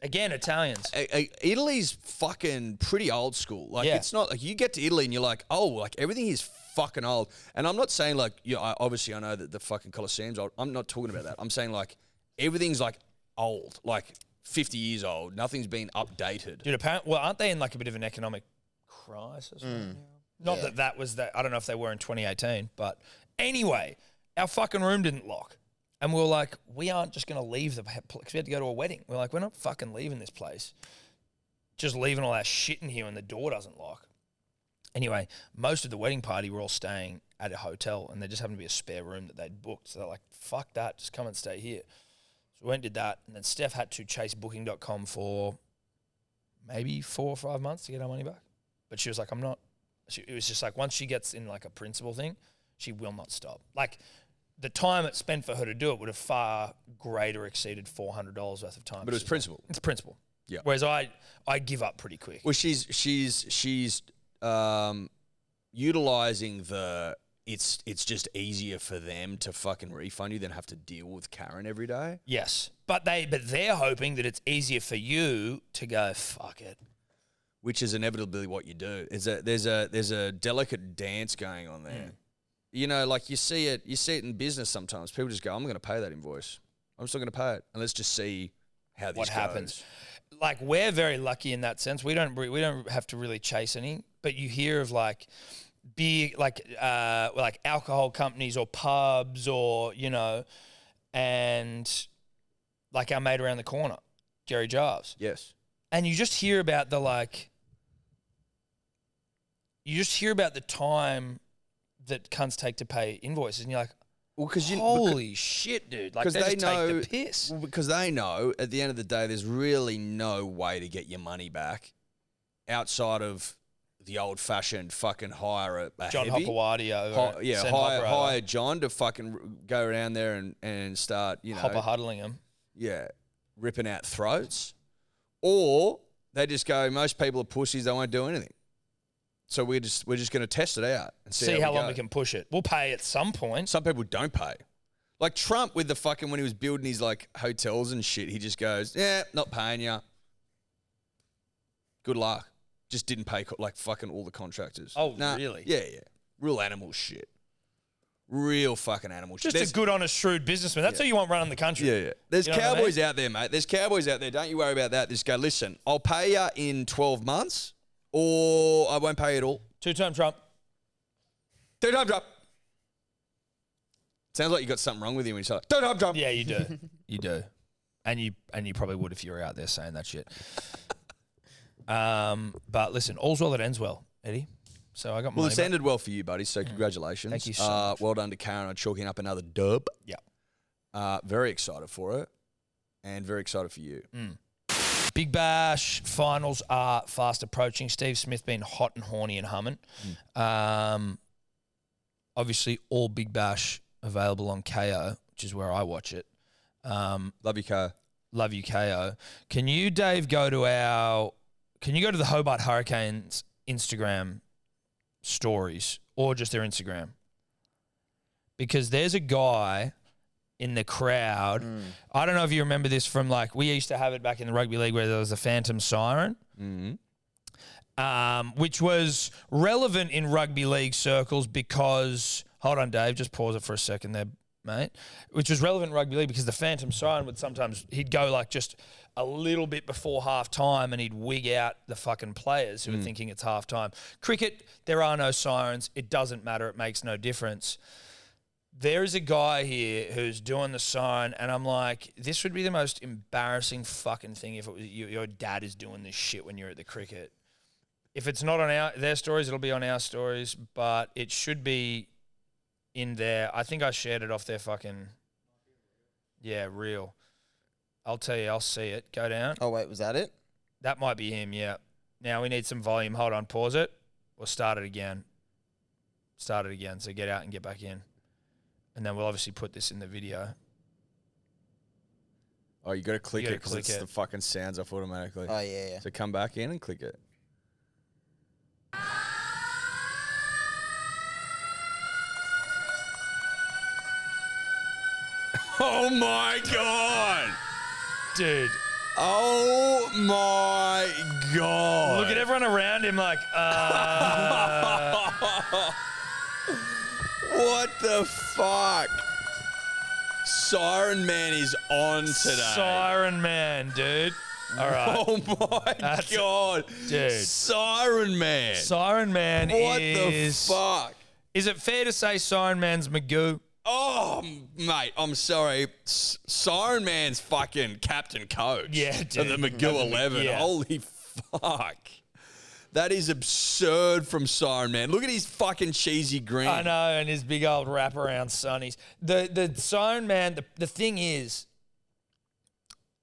B: again Italians.
C: I- I- Italy's fucking pretty old school. Like
B: Yeah.
C: it's not like you get to Italy and you're like, oh, like everything is fucking old. And I'm not saying like, you know, I, obviously I know that the fucking Colosseum's old. I'm not talking about that. I'm saying like everything's like old, like 50 years old. Nothing's been updated.
B: Dude, apparently, well, aren't they in like a bit of an economic crisis? right now? Not
E: Yeah.
B: that that was that. I don't know if they were in 2018, but anyway, our fucking room didn't lock. And we were like, we aren't just going to leave the place. We had to go to a wedding. We are like, we're not fucking leaving this place. Just leaving all our shit in here and the door doesn't lock. Anyway, most of the wedding party were all staying at a hotel and there just happened to be a spare room that they'd booked. So they're like, fuck that, just come and stay here. So we went and did that. And then Steph had to chase booking.com for maybe four or five months to get our money back. But she was like, I'm not. She, it was just like once she gets in like a principal thing, she will not stop. Like the time it spent for her to do it would have far greater exceeded $400 worth of time.
C: But it was
B: She's like,
C: principal.
B: It's principal.
C: Yeah.
B: Whereas I, I give up pretty quick.
C: Well, she's she's she's um, utilizing the it's it's just easier for them to fucking refund you than have to deal with Karen every day.
B: Yes, but they but they're hoping that it's easier for you to go fuck it.
C: which is inevitably what you do. Is a there's a there's a delicate dance going on there.
B: Mm.
C: You know, like you see it you see it in business sometimes. People just go, I'm gonna pay that invoice. I'm just not gonna pay it. And let's just see how this
B: What happens?
C: goes."
B: Like we're very lucky in that sense. We don't re- we don't have to really chase any. But you hear of like beer like uh like alcohol companies or pubs or you know and like our mate around the corner, Jerry Jarves.
C: Yes.
B: and you just hear about the like you just hear about the time that cunts take to pay invoices and you're like
C: Well, because you
B: holy shit dude like
C: because
B: they,
C: they
B: just
C: know
B: take the piss
C: well, because they know at the end of the day there's really no way to get your money back outside of the old fashioned fucking hire a, a
B: John
C: heavy.
B: Hopperwadi over
C: Hi-
B: at
C: yeah,
B: Send
C: hire,
B: Hopper uh, over.
C: hire John to fucking r- go around there and, and start, you know,
B: Hopper huddling him
C: yeah, ripping out throats, or they just go. Most people are pussies; they won't do anything. So we're just we're just going to test it out and see,
B: see, how, long
C: go.
B: we can push it we'll pay at some point
C: Some people don't pay, like Trump with the fucking when he was building his like hotels and shit. He just goes, "Yeah, not paying you. Good luck." Just didn't pay co- like fucking all the contractors.
B: Oh, really?
C: Yeah, yeah. Real animal shit. Real fucking animal shit.
B: just
C: There's-
B: a good honest shrewd businessman that's who you want running the country
C: yeah, yeah. There's
B: You know what I
C: cowboys out there, mate. There's cowboys out there. Don't you worry about that. Just go, listen, I'll pay you in 12 months or I won't pay you at all.
B: two-time trump
C: Two time drop. Sounds like you got something wrong with you when you say, like, two time drop.
B: yeah you do you do and you and you probably would if you were out there saying that shit um but listen all's well that ends well eddie so i got my
C: Well, it's ended well for you, buddy. So congratulations.
B: Thank you so
C: uh, Well done to Karen on chalking up another dub.
B: Yeah.
C: Uh, very excited for it and very excited for you.
B: Mm. Big Bash finals are fast approaching. Steve Smith been hot and horny and humming.
C: Mm.
B: Um, obviously, all Big Bash available on KO, which is where I watch it. Um,
C: Love you, Kyle.
B: love you, KO. Can you, Dave, go to our? Can you go to the Hobart Hurricanes Instagram stories or just their Instagram? Because there's a guy in the crowd. I don't know if you remember this from like we used to have it back in the rugby league where there was a phantom siren
C: Mm-hmm.
B: um, which was relevant in rugby league circles because hold on, Dave, just pause it for a second there, mate. Which was relevant in rugby league because the phantom siren would sometimes he'd go like just a little bit before half time and he'd wig out the fucking players who were thinking it's half time. Cricket, there are no sirens. It doesn't matter. It makes no difference. There is a guy here who's doing the siren, and I'm like, this would be the most embarrassing fucking thing if it was you, your dad is doing this shit when you're at the cricket if it's not on our their stories, it'll be on our stories, but it should be in there. I think I shared it off their fucking yeah, real. I'll tell you, I'll see it. Go down.
E: Oh wait, was that it?
B: That might be him, yeah. Now we need some volume. Hold on, pause it. We'll start it again. Start it again. So get out and get back in. And then we'll obviously put this in the video.
C: Oh, you got to click
B: gotta
C: it because
B: click
C: it's
B: it.
C: the fucking sounds off automatically.
E: Oh yeah, yeah.
C: So come back in and click it. Oh my god!
B: Dude,
C: Oh my god!
B: look at everyone around him like, uh.
C: What the fuck? Siren Man is on today.
B: Siren Man, dude. All right.
C: Oh my
B: That's-
C: god,
B: Dude.
C: Siren Man.
B: Siren Man
C: what
B: is.
C: the fuck?
B: Is it fair to say Siren Man's Magoo?
C: Oh, m- mate, I'm sorry. S- Siren Man's fucking captain coach.
B: Yeah,
C: Of the
B: dude.
C: Magoo 11.
B: yeah.
C: Holy fuck. That is absurd from Siren Man. Look at his fucking cheesy grin.
B: I know, and his big old wraparound sunnies. The the Siren Man. The, the thing is,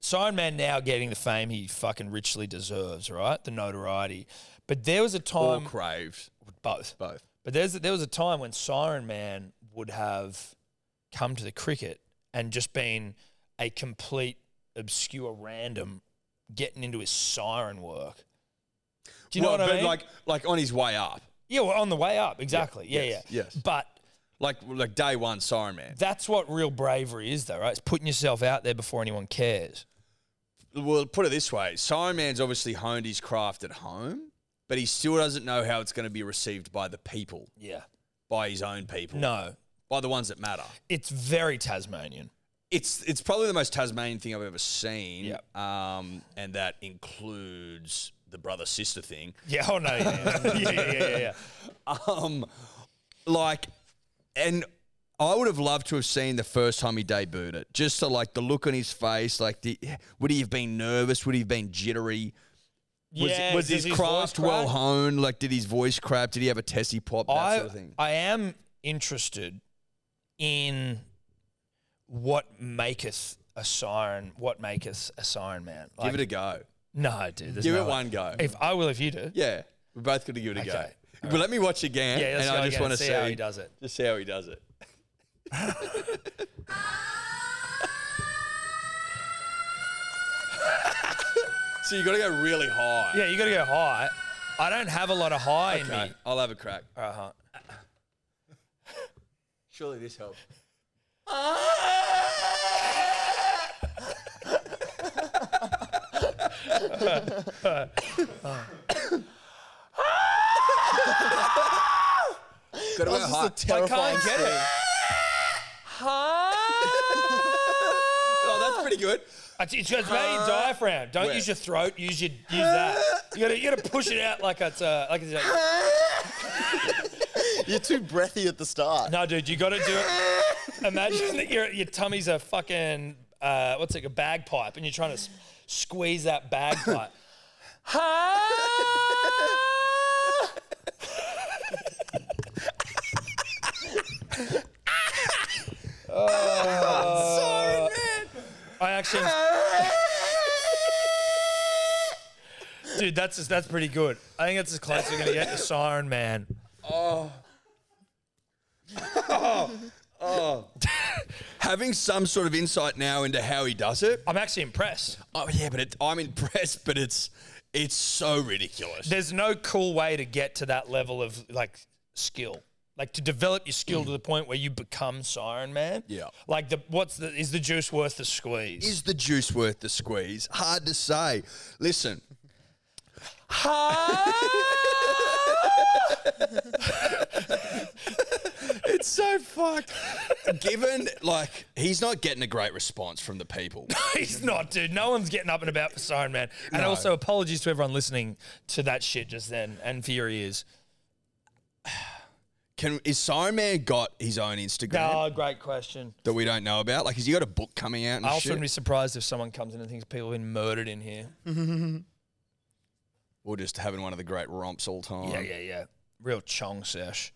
B: Siren Man now getting the fame he fucking richly deserves, right? The notoriety. But there was a
C: Or
B: time
C: craves.
B: both.
C: Both.
B: But there's there was a time when Siren Man would have come to the cricket and just been a complete obscure random getting into his siren work. Do you know
C: Well,
B: what
C: but
B: I mean?
C: Like, like on his way up.
B: yeah, well, on the way up, exactly. Yeah,
C: yes,
B: yeah.
C: yes.
B: But
C: Like, like day one, Siren Man.
B: that's what real bravery is, though, right? It's putting yourself out there before anyone cares.
C: Well, put it this way Siren Man's obviously honed his craft at home, but he still doesn't know how it's going to be received by the people,
B: Yeah.
C: by his own people,
B: No,
C: by the ones that matter.
B: it's very Tasmanian.
C: it's it's probably the most Tasmanian thing I've ever seen.
B: Yep.
C: Um, and that includes the brother sister thing.
B: Yeah, oh no, yeah, yeah, yeah, yeah, yeah.
C: Um, like, and I would have loved to have seen the first time he debuted it, just to like the look on his face. Like, the, would he have been nervous? Would he have been jittery? Was,
B: Yeah,
C: was
B: does
C: his
B: voice
C: craft well
B: crack?
C: honed? Like, did his voice crap? Did he have a testy pop? That
B: I,
C: sort of thing.
B: I am interested in what maketh a siren, what maketh a siren man. Like,
C: give it a go.
B: no, dude. there's
C: Give
B: no
C: it
B: way.
C: one go.
B: If I will, if you do.
C: yeah, we're both going to give it a go.
B: Okay.
C: But let me watch again,
B: Yeah, let's
C: and
B: go
C: I just
B: again
C: want to
B: and see,
C: see,
B: how he does it.
C: just how he does it. so you got to go really high.
B: Yeah, you got to go high. I don't have a lot of high in
C: Okay,
B: me.
C: I'll have a crack.
B: Uh-huh.
C: Surely this helps.
B: Uh-huh.
C: Got to go high.
E: terrifying
B: get
E: scream.
C: Oh, that's pretty good.
B: It's, it's, it's about your diaphragm. Don't
C: Where?
B: use your throat. Use your use that. You gotta you gotta push it out like it's uh, like it's like,
E: You're too breathy at the start.
B: No, dude, you got to do it. Imagine that your your tummy's a fucking uh, what's it, a bagpipe, and you're trying to s- squeeze that bagpipe. I actually, dude, that's that's pretty good. I think that's as close as we're gonna get to Siren Man.
C: Having some sort of insight now into how he does it.
B: I'm actually impressed.
C: Oh yeah, but it, I'm impressed. But it's it's so ridiculous.
B: there's no cool way to get to that level of like skill like to develop your skill to the point where you become siren man
C: Yeah.
B: like the what's the is the juice worth the squeeze
C: Is the juice worth the squeeze? Hard to say. Listen, it's so fucked. Given like he's not getting a great response from the people.
B: he's not dude no one's getting up and about for siren man and
C: No.
B: also apologies to everyone listening to that shit just then and for your ears
C: Can is Siren Man got his own Instagram
B: oh great question
C: that we don't know about? Like, has he got a book coming out? And
B: i also
C: shit?
B: wouldn't be surprised if someone comes in and thinks people have been murdered in here
C: or just having one of the great romps all time.
B: yeah yeah yeah real chong sesh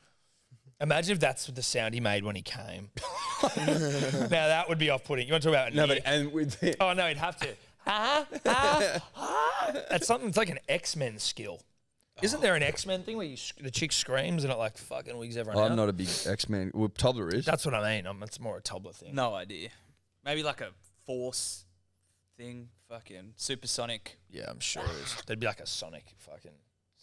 B: imagine if that's the sound he made when he came now that would be off-putting you want to talk about an
C: No,
B: ear-
C: but and with the,
B: Oh no, he'd have to. Ah, ah, ah. That's something. It's like an X Men skill. Isn't there an X Men thing where you sc- the chick screams and it like fucking wigs everyone out?
C: Oh, I'm not a big X Men. Well, Tobler is.
B: That's what I mean. I'm, it's more a Tobler thing.
D: No idea. Maybe like a force thing. Fucking supersonic.
B: Yeah, I'm sure it is. There'd be like a Sonic fucking.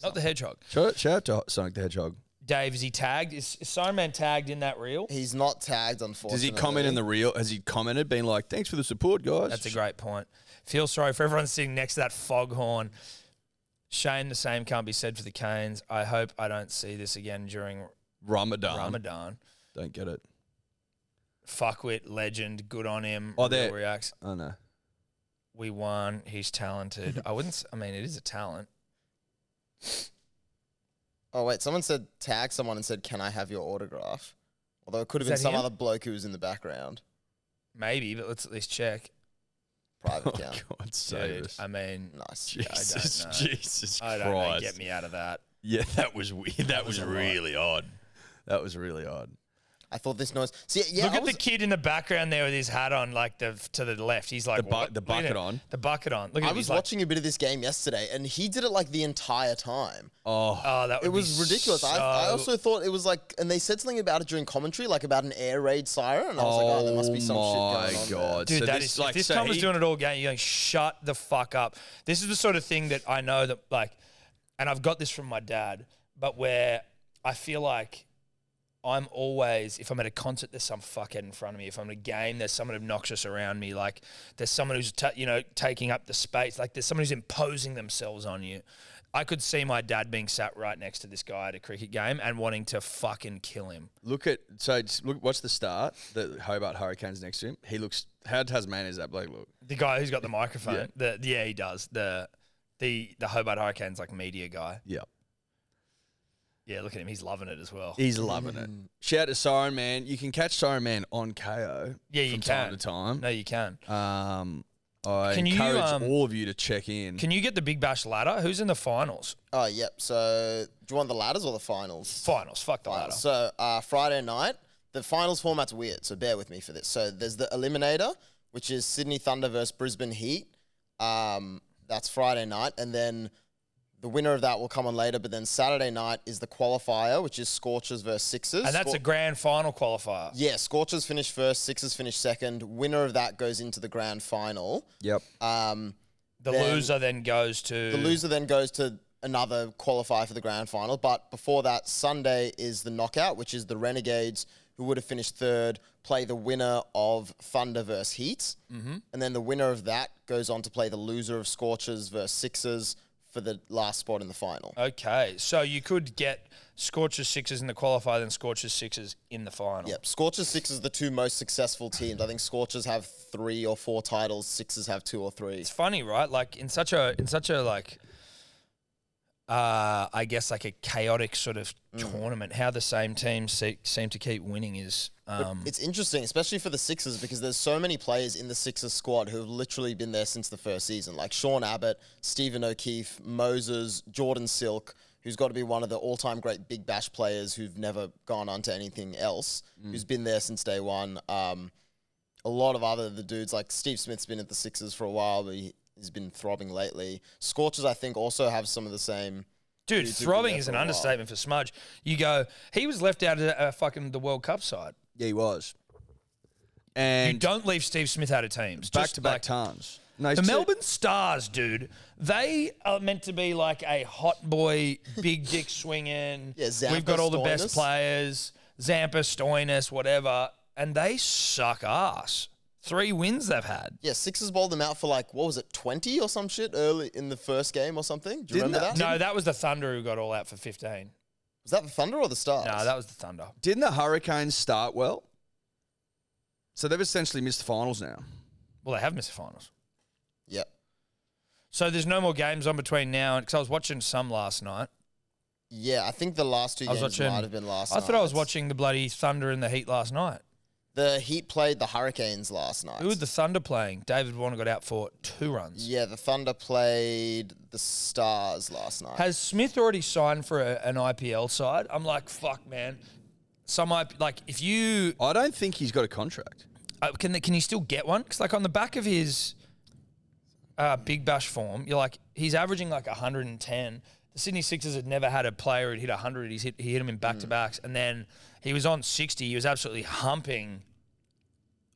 B: Not the Hedgehog.
C: Shout, shout out to Sonic the Hedgehog.
B: Dave, is he tagged? Is, is Siren Man tagged in that reel?
E: He's not tagged,
C: Does
E: unfortunately.
C: he comment in the reel? Has he commented, been like, "Thanks for the support, guys"?
B: That's a great point. Feel sorry for everyone sitting next to that foghorn. Shame the same can't be said for the Canes. I hope I don't see this again during
C: Ramadan.
B: Ramadan.
C: Don't get it.
B: fuckwit legend. Good on him.
C: Oh,
B: Real
C: they're-
B: reacts.
C: I know.
B: We won. He's talented. I wouldn't. s- I mean, it is a talent.
E: Oh wait, someone said tag someone and said, "Can I have your autograph?" Although it could have
B: Is that
E: been some
B: him?
E: other bloke who was in the background.
B: Maybe, but let's at least check.
E: Private
C: Oh,
E: account.
C: God, save
B: Dude,
C: us.
B: I mean,
E: Nice. Yeah, I-
C: Jesus,
B: know.
C: Jesus
B: I
C: Christ.
B: don't know. Get me out of that.
C: Yeah, that was weird. That, was,
E: was a lot.
C: really odd. That was really odd.
E: I thought this noise. See, yeah,
B: Look
E: I
B: at
E: was-
B: the kid in the background there with his hat on, like the to the left. He's like
C: The bu-
B: what?
C: the
B: Look at
C: bucket
B: him.
C: on.
B: The bucket on. Look at
E: I
B: him.
E: was
B: He's like,
E: watching a bit of this game yesterday, and he did it like the entire time.
C: Oh,
B: oh, that
E: It
B: would be
E: was ridiculous. I, I
B: so-
E: also thought it was like, and they said something about it during commentary, like about an air raid siren. And I was like, oh, there must be some
C: my
E: shit going on. there."
C: God.
B: Dude,
C: so
B: that
C: this,
B: is if
C: like,
B: this
C: so
B: Tom was
C: he-
B: doing it all game. You're like, shut the fuck up. This is the sort of thing that I know that like, and I've got this from my dad, but where I feel like I'm always if I'm at a concert, there's some fuckhead in front of me. If I'm at a game, there's someone obnoxious around me. Like there's someone who's ta you know taking up the space. Like there's someone who's imposing themselves on you. I could see my dad being sat right next to this guy at a cricket game and wanting to fucking kill him.
C: Look at so it's- look. What's the start? The Hobart Hurricanes next to him. He looks. How Tasmanian is that bloke look?
B: The guy who's got the microphone. The, yeah, he does. The the the Hobart Hurricanes like media guy.
C: Yeah,
B: Yeah, look at him. He's loving it as well.
C: he's loving it.
B: Mm.
C: Shout to Siren Man. You can catch Siren Man on KO.
B: Yeah, you
C: from
B: can.
C: time
B: no, you can.
C: to time. Um, I
B: Can you,
C: encourage
B: um,
C: all of you to check in.
B: Can you get the Big Bash ladder? Who's in the finals?
E: Oh, yep. So, do you want the ladders or the finals?
B: Finals. Fuck the ladder.
E: Finals. So, uh, Friday night, the finals format's weird, so bear with me for this. So, there's the Eliminator, which is Sydney Thunder versus Brisbane Heat. Um, that's Friday night. And then the winner of that will come on later. But then Saturday night is the qualifier, which is Scorchers versus Sixers.
B: and that's
E: Scor-
B: a grand final qualifier.
E: Yeah, Scorchers finished first, Sixers finished second. Winner of that goes into the grand final.
C: yep. Uh,
E: Um,
B: The
E: Then-
B: loser then goes to
E: the loser then goes to another qualifier for the grand final. But before that, Sunday is the knockout, which is the Renegades, who would have finished third, play the winner of Thunder versus Heat. Mm-hmm. And then the winner of that goes on to play the loser of Scorchers versus Sixers for the last spot in the final.
B: Uh, Okay, so you could get Scorchers Sixers in the qualifier, then Scorchers Sixers in the final.
E: Yep, Scorchers Sixers the two most successful teams. I think Scorchers have three or four titles. Sixers have two or three.
B: It's funny, right? Like in such a in such a like uh I guess like a chaotic sort of
C: Mm.
B: tournament, how the same teams se- seem to keep winning is um
E: It's interesting, especially for the Sixers, because there's so many players in the Sixers squad who have literally been there since the first season, like Sean Abbott, Stephen O'Keefe, Moses, Jordan Silk, who's got to be one of the all-time great Big Bash players who've never gone on to anything else, who's been there since day one. Um, a lot of other the dudes, like Steve Smith's been at the Sixers for a while, but he, he's been throbbing lately. Scorchers, I think, also have some of the same.
B: dude,
E: dudes who've been
B: throbbing
E: there
B: is
E: for
B: an
E: a while.
B: understatement for Smudge. You go, he was left out of the, uh, fucking the World Cup side.
C: Yeah, he was. And
B: you don't leave Steve Smith out of teams.
C: back
B: Just,
C: to back
B: like,
C: times. No,
B: The
C: so-
B: Melbourne Stars, dude, they are meant to be like a hot boy, big dick swinging.
E: Yeah, Zampa,
B: We've got all the best
E: Stoinis.
B: players, Zampa, Stoinis, whatever, and they suck ass. Three wins they've had.
E: Yeah, Sixers bowled them out for like what was it, twenty or some shit early in the first game or something. Do you
C: Didn't
E: remember
C: that-
E: that?
B: No, that was the Thunder who got all out for 15.
E: Was that the Thunder or the Stars?
B: No, that was the Thunder.
C: Didn't the Hurricanes start well? So they've essentially missed the finals now.
B: Well, they have missed the finals.
E: Yep.
B: So there's no more games on between now and because I was watching some last night.
E: Yeah, I think the last two
B: I was
E: games
B: watching-
E: might have been last.
B: I thought I was
E: night's.
B: watching the bloody Thunder and the Heat last night.
E: The Heat played the Hurricanes last night.
B: Who was the Thunder playing? David Warner got out for two runs.
E: yeah, the Thunder played the Stars last night.
B: Has Smith already signed for a, an IPL side? I'm like, fuck, man. Some IP, like if you
C: I don't think he's got a contract.
B: uh, can they- can he still get one? Because like on the back of his uh, big bash form, you're like he's averaging like 110. The Sydney Sixers had never had a player who'd hit 100. He's hit he hit him in back to backs, and then he was on 60. He was absolutely humping.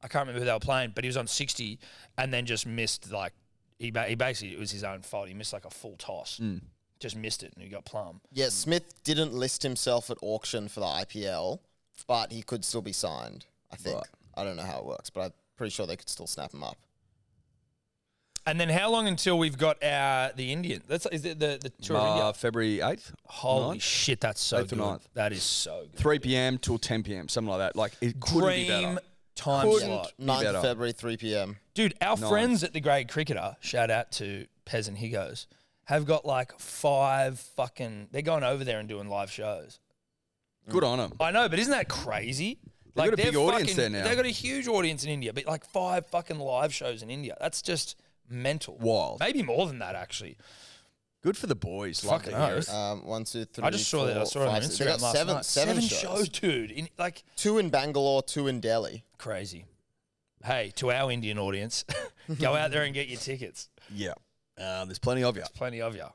B: I can't remember who they were playing, but he was on 60, and then just missed like he ba- he basically it was his own fault. He missed like a full toss, just missed it, and he got plumb.
E: yeah, Smith didn't list himself at auction for the IPL, but he could still be signed. I think. I don't know how it works, but I'm pretty sure they could still snap him up.
B: And then how long until we've got our the Indian? That's is it the the tour of
C: Uh,
B: India.
C: February 8th.
B: Holy
C: ninth?
B: shit, that's so
C: Eighth or
B: good.
C: ninth.
B: That is so good.
C: 3 p.m. till 10 p.m., something like that. Like, it couldn't be
B: Dream
C: better.
B: time slot.
E: 9th
C: better.
E: February, 3 p.m.
B: Dude, our friends at the Great Cricketer, shout out to Pez and Higgos, have got like five fucking. They're going over there and doing live shows.
C: Good on them.
B: I know, but isn't that crazy?
C: They've got a
B: they're
C: big audience
B: fucking-
C: there now.
B: They've got a huge audience in India, but like five fucking live shows in India. That's just mental.
C: Wild.
B: Maybe more than that, actually.
C: Good for the boys. Love
B: Fucking
C: to hear it.
B: oath.
E: Um, one, two, three.
B: I just saw that. I
E: four,
B: saw it on
E: five, six. They
B: Instagram
E: got
B: last
E: seven,
B: night.
E: Seven,
B: shows.
E: shows.
B: dude. In, like
E: Two in Bangalore, two in Delhi.
B: crazy. Hey, to our Indian audience, go out there and get your tickets.
C: Yeah. Um, there's plenty of you.
B: Plenty of you.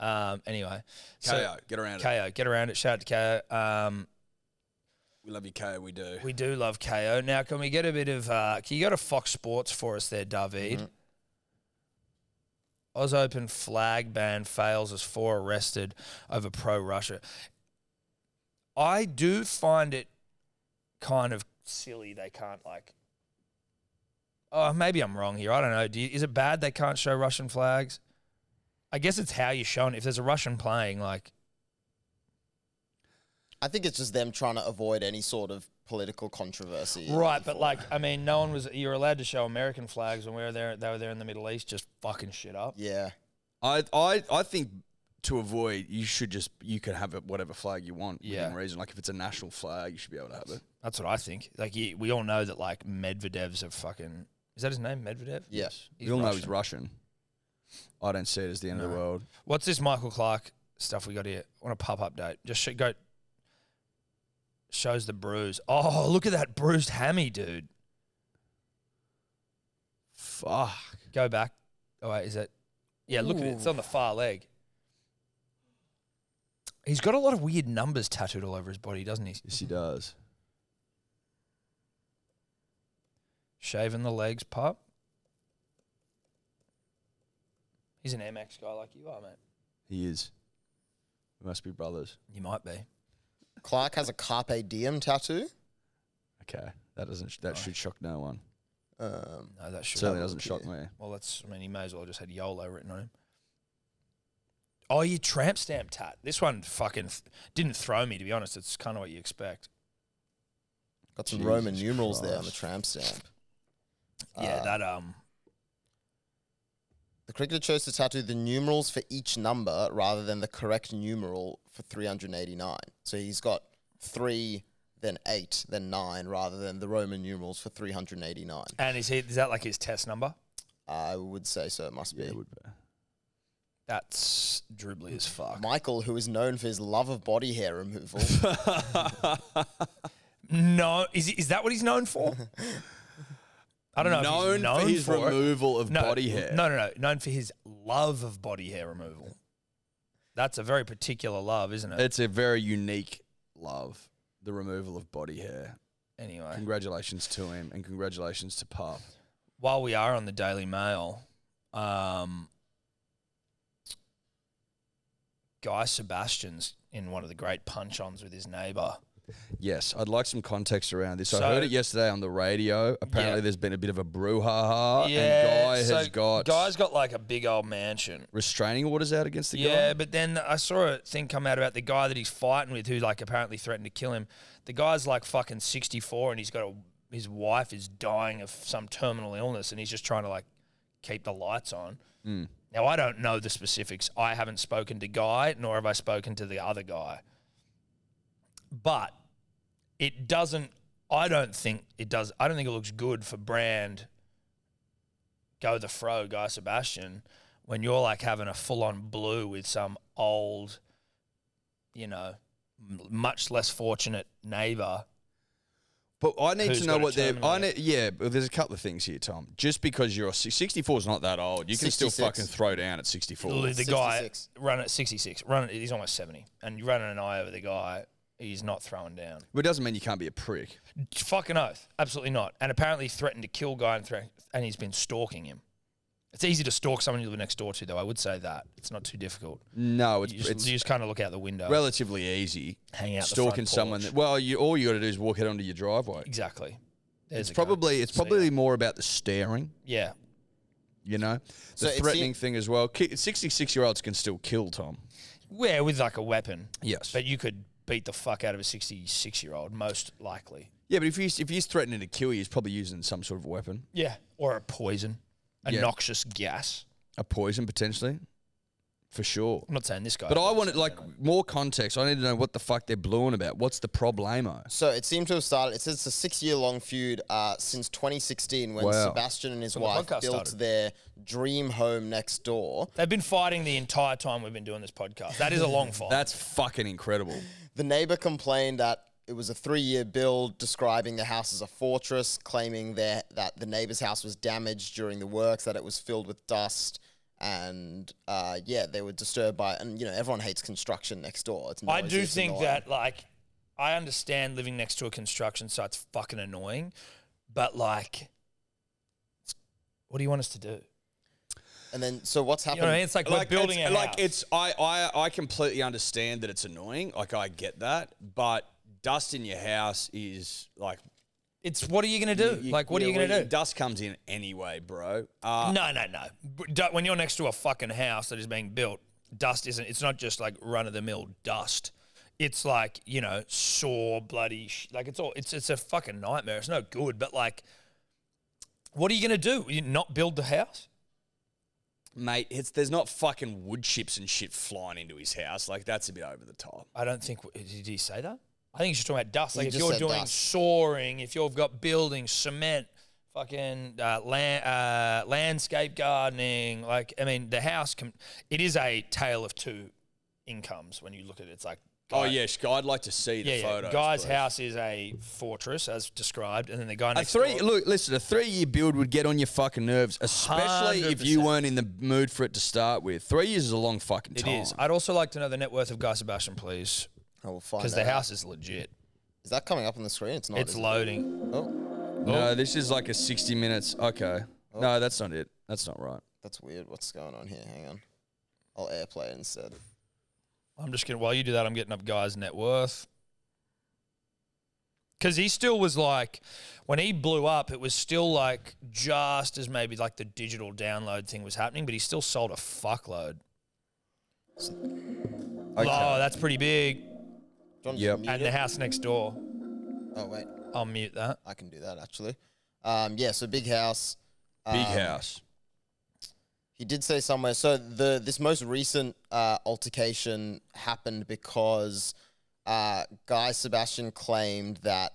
B: Um, anyway,
C: KO, get around it.
B: KO, get around it. Shout out to KO. Um,
C: We love you, KO. We do.
B: we do love KO. Now, can we get a bit of? Uh, can you go to Fox Sports for us there, David? Oz Open flag ban fails as four arrested over pro Russia. I do find it kind of silly they can't like. Oh, maybe I'm wrong here. I don't know. Do you, is it bad they can't show Russian flags? I guess it's how you're showing. It. If there's a Russian playing, like
E: I think it's just them trying to avoid any sort of political controversy.
B: Right, but like, I mean, no one was. You were allowed to show American flags when we were there. They were there in the Middle East, just fucking shit up.
E: Yeah.
C: I, I, I think to avoid, you should just, you could have it whatever flag you want
B: Yeah.
C: within reason. Like if it's a national flag, you should be able to have it.
B: That's what I think. Like, you, we all know that like Medvedev's a fucking. Is that his name, Medvedev?
E: Yeah.
C: you all know he's Russian. I don't see it as the end of the
B: No.
C: world.
B: What's this Michael Clark stuff we got here? On a pub update, just sh- go. Shows the bruise. Oh, look at that bruised hammy, dude.
C: Fuck.
B: Go back. Oh wait, is that? Yeah, look at it. It's on the far leg. He's got a lot of weird numbers tattooed all over his body, doesn't he?
C: Yes, he does.
B: Shaving the legs, pup. He's an MX guy like you are, mate.
C: He is. We must be brothers.
B: You might be.
E: Clark has a Carpe Diem tattoo.
C: Okay. That doesn't, sh- that should shock no one.
E: Um,
B: No, that Oh. should.
C: Certainly
E: have a
C: doesn't
E: look
C: shock me.
B: Well, that's. I mean, he may as well just had YOLO written on him. Oh, you tramp stamp tat. This one fucking th- didn't throw me, to be honest. It's kind of what you expect.
E: got some
C: Jesus
E: Roman numerals there on the
C: Christ.
E: tramp stamp.
B: yeah,
E: Uh,
B: that um.
E: The cricketer chose to tattoo the numerals for each number rather than the correct numeral for 389. So he's got three, then eight, then nine, rather than the Roman numerals for 389.
B: And is he? Is that like his test number?
E: I would say so, it must be.
C: Yeah, it would be.
B: That's dribbly as fuck.
E: Michael, who is known for his love of body hair removal,
B: No, is is that what he's known for? I don't know. if
C: Known,
B: he's known
C: for his
B: it.
C: removal of
B: no,
C: body hair.
B: No, no, no. Known for his love of body hair removal. That's a very particular love, isn't it?
C: It's a very unique love, the removal of body hair.
B: anyway,
C: Congratulations to him and congratulations to Pup.
B: while we are on the Daily Mail, um, Guy Sebastian's in one of the great punch ons with his neighbour.
C: Yes, I'd like some context around this.
B: So-
C: I heard it yesterday on the radio. Apparently,
B: Yeah.
C: there's been a bit of a brouhaha, Uh, and Guy has got
B: Guy's got like a big old mansion.
C: restraining orders out against the
B: yeah,
C: guy.
B: but then I saw a thing come out about the guy that he's fighting with, who like apparently threatened to kill him. The guy's like fucking sixty four, and he's got a his wife is dying of some terminal illness, and he's just trying to like keep the lights on.
C: Hmm.
B: Now I don't know the specifics. I haven't spoken to Guy, nor have I spoken to the other guy. But it doesn't. I don't think it does. I don't think it looks good for brand go the fro guy Sebastian when you're like having a full on blue with some old, you know, m- much less fortunate neighbor.
C: But I need
B: Who's
C: to know
B: got a
C: what they're.
B: terminal
C: I
B: illness?
C: need, yeah, but there's a couple of things here, Tom. Just because you're 64 is not that old, you can still
E: 66.
C: fucking throw down at 64.
B: The guy
E: 66.
B: running at 66, running, he's almost 70, and you're running an eye over the guy, he's not throwing down.
C: But it doesn't mean you can't be a prick.
B: Fucking oath. Absolutely not. And apparently threatened to kill guy and, threat- and he's been stalking him. It's easy to stalk someone you live next door to, though. I would say that. It's not too difficult.
C: No, it's
B: You just,
C: it's
B: you just kind of look out the window,
C: relatively easy
B: hang out the front
C: stalking someone.
B: porch.
C: That, well, you all you got to do is walk out onto your driveway.
B: Exactly. There's
C: It's
B: a guy.
C: probably it's
B: See ya.
C: probably more about the staring,
B: Yeah.
C: you know,
E: So
C: the
E: it seem-
C: threatening thing as well. Sixty six year olds can still kill Tom.
B: Yeah, with like a weapon.
C: Yes,
B: But you could beat the fuck out of a 66 year old, most likely.
C: Yeah, but if he's if he's threatening to kill you, he's probably using some sort of weapon,
B: Yeah. Or a poison, a
C: Yeah.
B: noxious gas.
C: a poison potentially, for sure.
B: I'm not saying this guy.
C: But I wanted like more context. I need to know what the fuck they're blowing about. What's the problemo?
E: So it seemed to have started. It says it's a six-year-long feud uh, since 2016 when
C: Wow.
E: Sebastian and his
B: When the
E: wife
B: podcast
E: built
B: started.
E: their dream home next door.
B: They've been fighting the entire time we've been doing this podcast. That is a long fight.
C: That's fucking incredible.
E: The neighbor complained that it was a three-year build, describing the house as a fortress, claiming that that the neighbor's house was damaged during the works, that it was filled with dust, and uh, yeah, they were disturbed by. And you know, everyone hates construction next door. It's
B: I
E: noisy,
B: do
E: it's
B: think
E: annoying.
B: that, like, I understand living next to a construction site's fucking annoying, but like, what do you want us to do?
E: And then, so what's
B: You
E: happened?
B: know what I mean? It's like, we're building
C: it's,
B: a
C: like
B: house.
C: it's I, I I completely understand that it's annoying. Like I get that, but dust in your house is like
B: It's what are you gonna do? like, what are you
C: yeah,
B: gonna
C: well,
B: do?
C: Dust comes in anyway, bro. Uh,
B: No, no, no. B- du- When you're next to a fucking house that is being built, dust isn't. It's not just like run of the mill dust. It's like you know, sore, bloody. Sh- like it's all. It's it's a fucking nightmare. It's no good. But like, what are you gonna do? You not build the house?
C: mate, it's there's not fucking wood chips and shit flying into his house. Like that's a bit over the top.
B: I don't think. Did he say that? I think he's just talking about dust.
E: He
B: Like if
E: just
B: you're
E: said
B: doing
E: dust.
B: soaring, if you've got buildings, cement, fucking uh, land, uh, landscape gardening. Like I mean, the house. Com- it is a tale of two incomes when you look at it. It's like
C: Oh
B: guy-
C: yeah, sh- I'd like to see the
B: yeah, yeah.
C: photos.
B: Guy's
C: please.
B: house is a fortress as described, and then the guy
C: A
B: next
C: three
B: door-
C: look, listen, a three year build would get on your fucking nerves, especially if you
B: 100%.
C: weren't in the mood for it to start with. Three years is a long fucking
B: It
C: time.
B: is. I'd also like to know the net worth of Guy Sebastian, please,
E: I will Oh, find
B: because the
E: out.
B: house is legit.
E: is that coming up on the screen. It's not.
B: It's
E: is it?
B: loading.
E: Oh,
C: No, this is like a sixty minutes. Okay.
B: Oh.
C: No, that's not it. That's not right.
E: that's weird. What's going on here? Hang on. I'll airplay it instead.
B: I'm just gonna. While you do that, I'm getting up Guy's net worth. Because he still was like, when he blew up, it was still like just as maybe like the digital download thing was happening, but he still sold a fuckload.
C: Okay.
B: Oh, that's pretty big.
E: Do you want me to
C: Yep.
E: mute
B: And
E: it?
B: the house next door.
E: Oh wait,
B: I'll mute that.
E: I can do that actually. Um, yeah, so big house.
C: Big
E: um,
C: house.
E: He did say somewhere. So the this most recent uh, altercation happened because uh, Guy Sebastian claimed that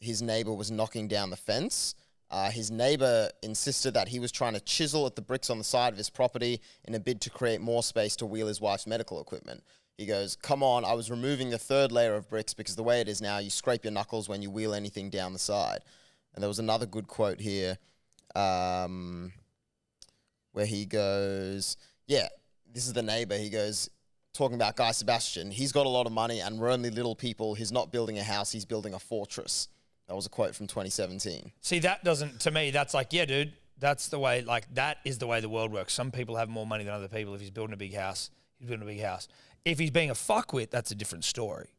E: his neighbor was knocking down the fence. Uh, his neighbor insisted that he was trying to chisel at the bricks on the side of his property in a bid to create more space to wheel his wife's medical equipment. He goes, Come on, I was removing the third layer of bricks because the way it is now, you scrape your knuckles when you wheel anything down the side. And there was another good quote here. Um, where he goes, Yeah, this is the neighbor. He goes, talking about Guy Sebastian, he's got a lot of money and we're only little people. He's not building a house, he's building a fortress. That was a quote from 2017.
B: See, that doesn't to me. That's like, yeah, dude. That's the way. Like, that is the way the world works. Some people have more money than other people. If he's building a big house, he's building a big house. If he's being a fuckwit, that's a different story.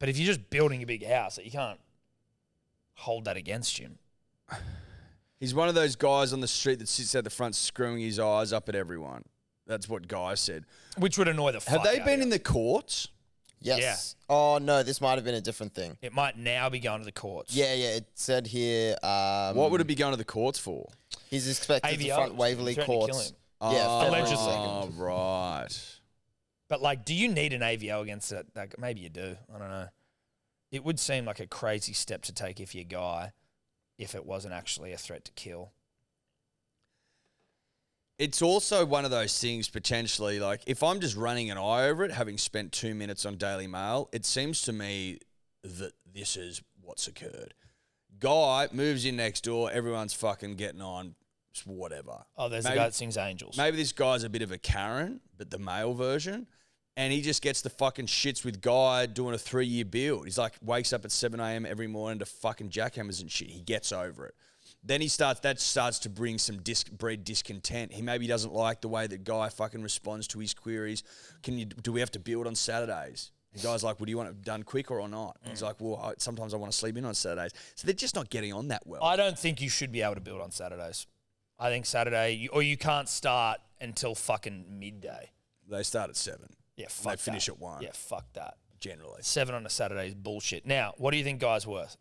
B: But if you're just building a big house, you can't hold that against him.
C: He's one of those guys on the street that sits out the front screwing his eyes up at everyone. That's what Guy said.
B: Which would annoy the.
C: Have
B: fuck
C: they
B: out
C: been
B: of
C: in
B: you.
C: the courts?
E: Yes. Oh, no, this might have been a different thing.
B: It might now be going to the courts.
E: Yeah, yeah, it said here. Um,
C: What would it be going to the courts for?
E: He's expected to
B: AVO,
E: front
B: threatened
E: Waverley
B: to kill
E: Courts.
B: him.
E: Yeah, February
B: Allegedly.
C: Oh, right.
B: But like, do you need an AVO against that? that- maybe you do. I don't know. It would seem like a crazy step to take if you're guy, if it wasn't actually a threat to kill.
C: It's also one of those things potentially like if I'm just running an eye over it, having spent two minutes on Daily Mail, it seems to me that this is what's occurred. Guy moves in next door, everyone's fucking getting on, it's whatever.
B: Oh, there's
C: Maybe-
B: the guy that sings angels.
C: Maybe this guy's a bit of a Karen, but the male version. And he just gets the fucking shits with Guy doing a three year build. He's like, wakes up at 7 a.m. every morning to fucking jackhammers and shit. He gets over it. Then he starts, that starts to bring some disc, breed discontent. He maybe doesn't like the way that Guy fucking responds to his queries. Can you, do we have to build on Saturdays? The guy's like, well, do you want it done quicker or not? He's like, well, I, sometimes I want to sleep in on Saturdays. So they're just not getting on that well.
B: I don't think you should be able to build on Saturdays. I think Saturday, you, or you can't start until fucking midday.
C: they start at 7
B: Yeah, fuck.
C: finish
B: that.
C: at one.
B: Yeah, fuck that.
C: generally.
B: Seven on a Saturday is bullshit. Now, what do you think guys worth?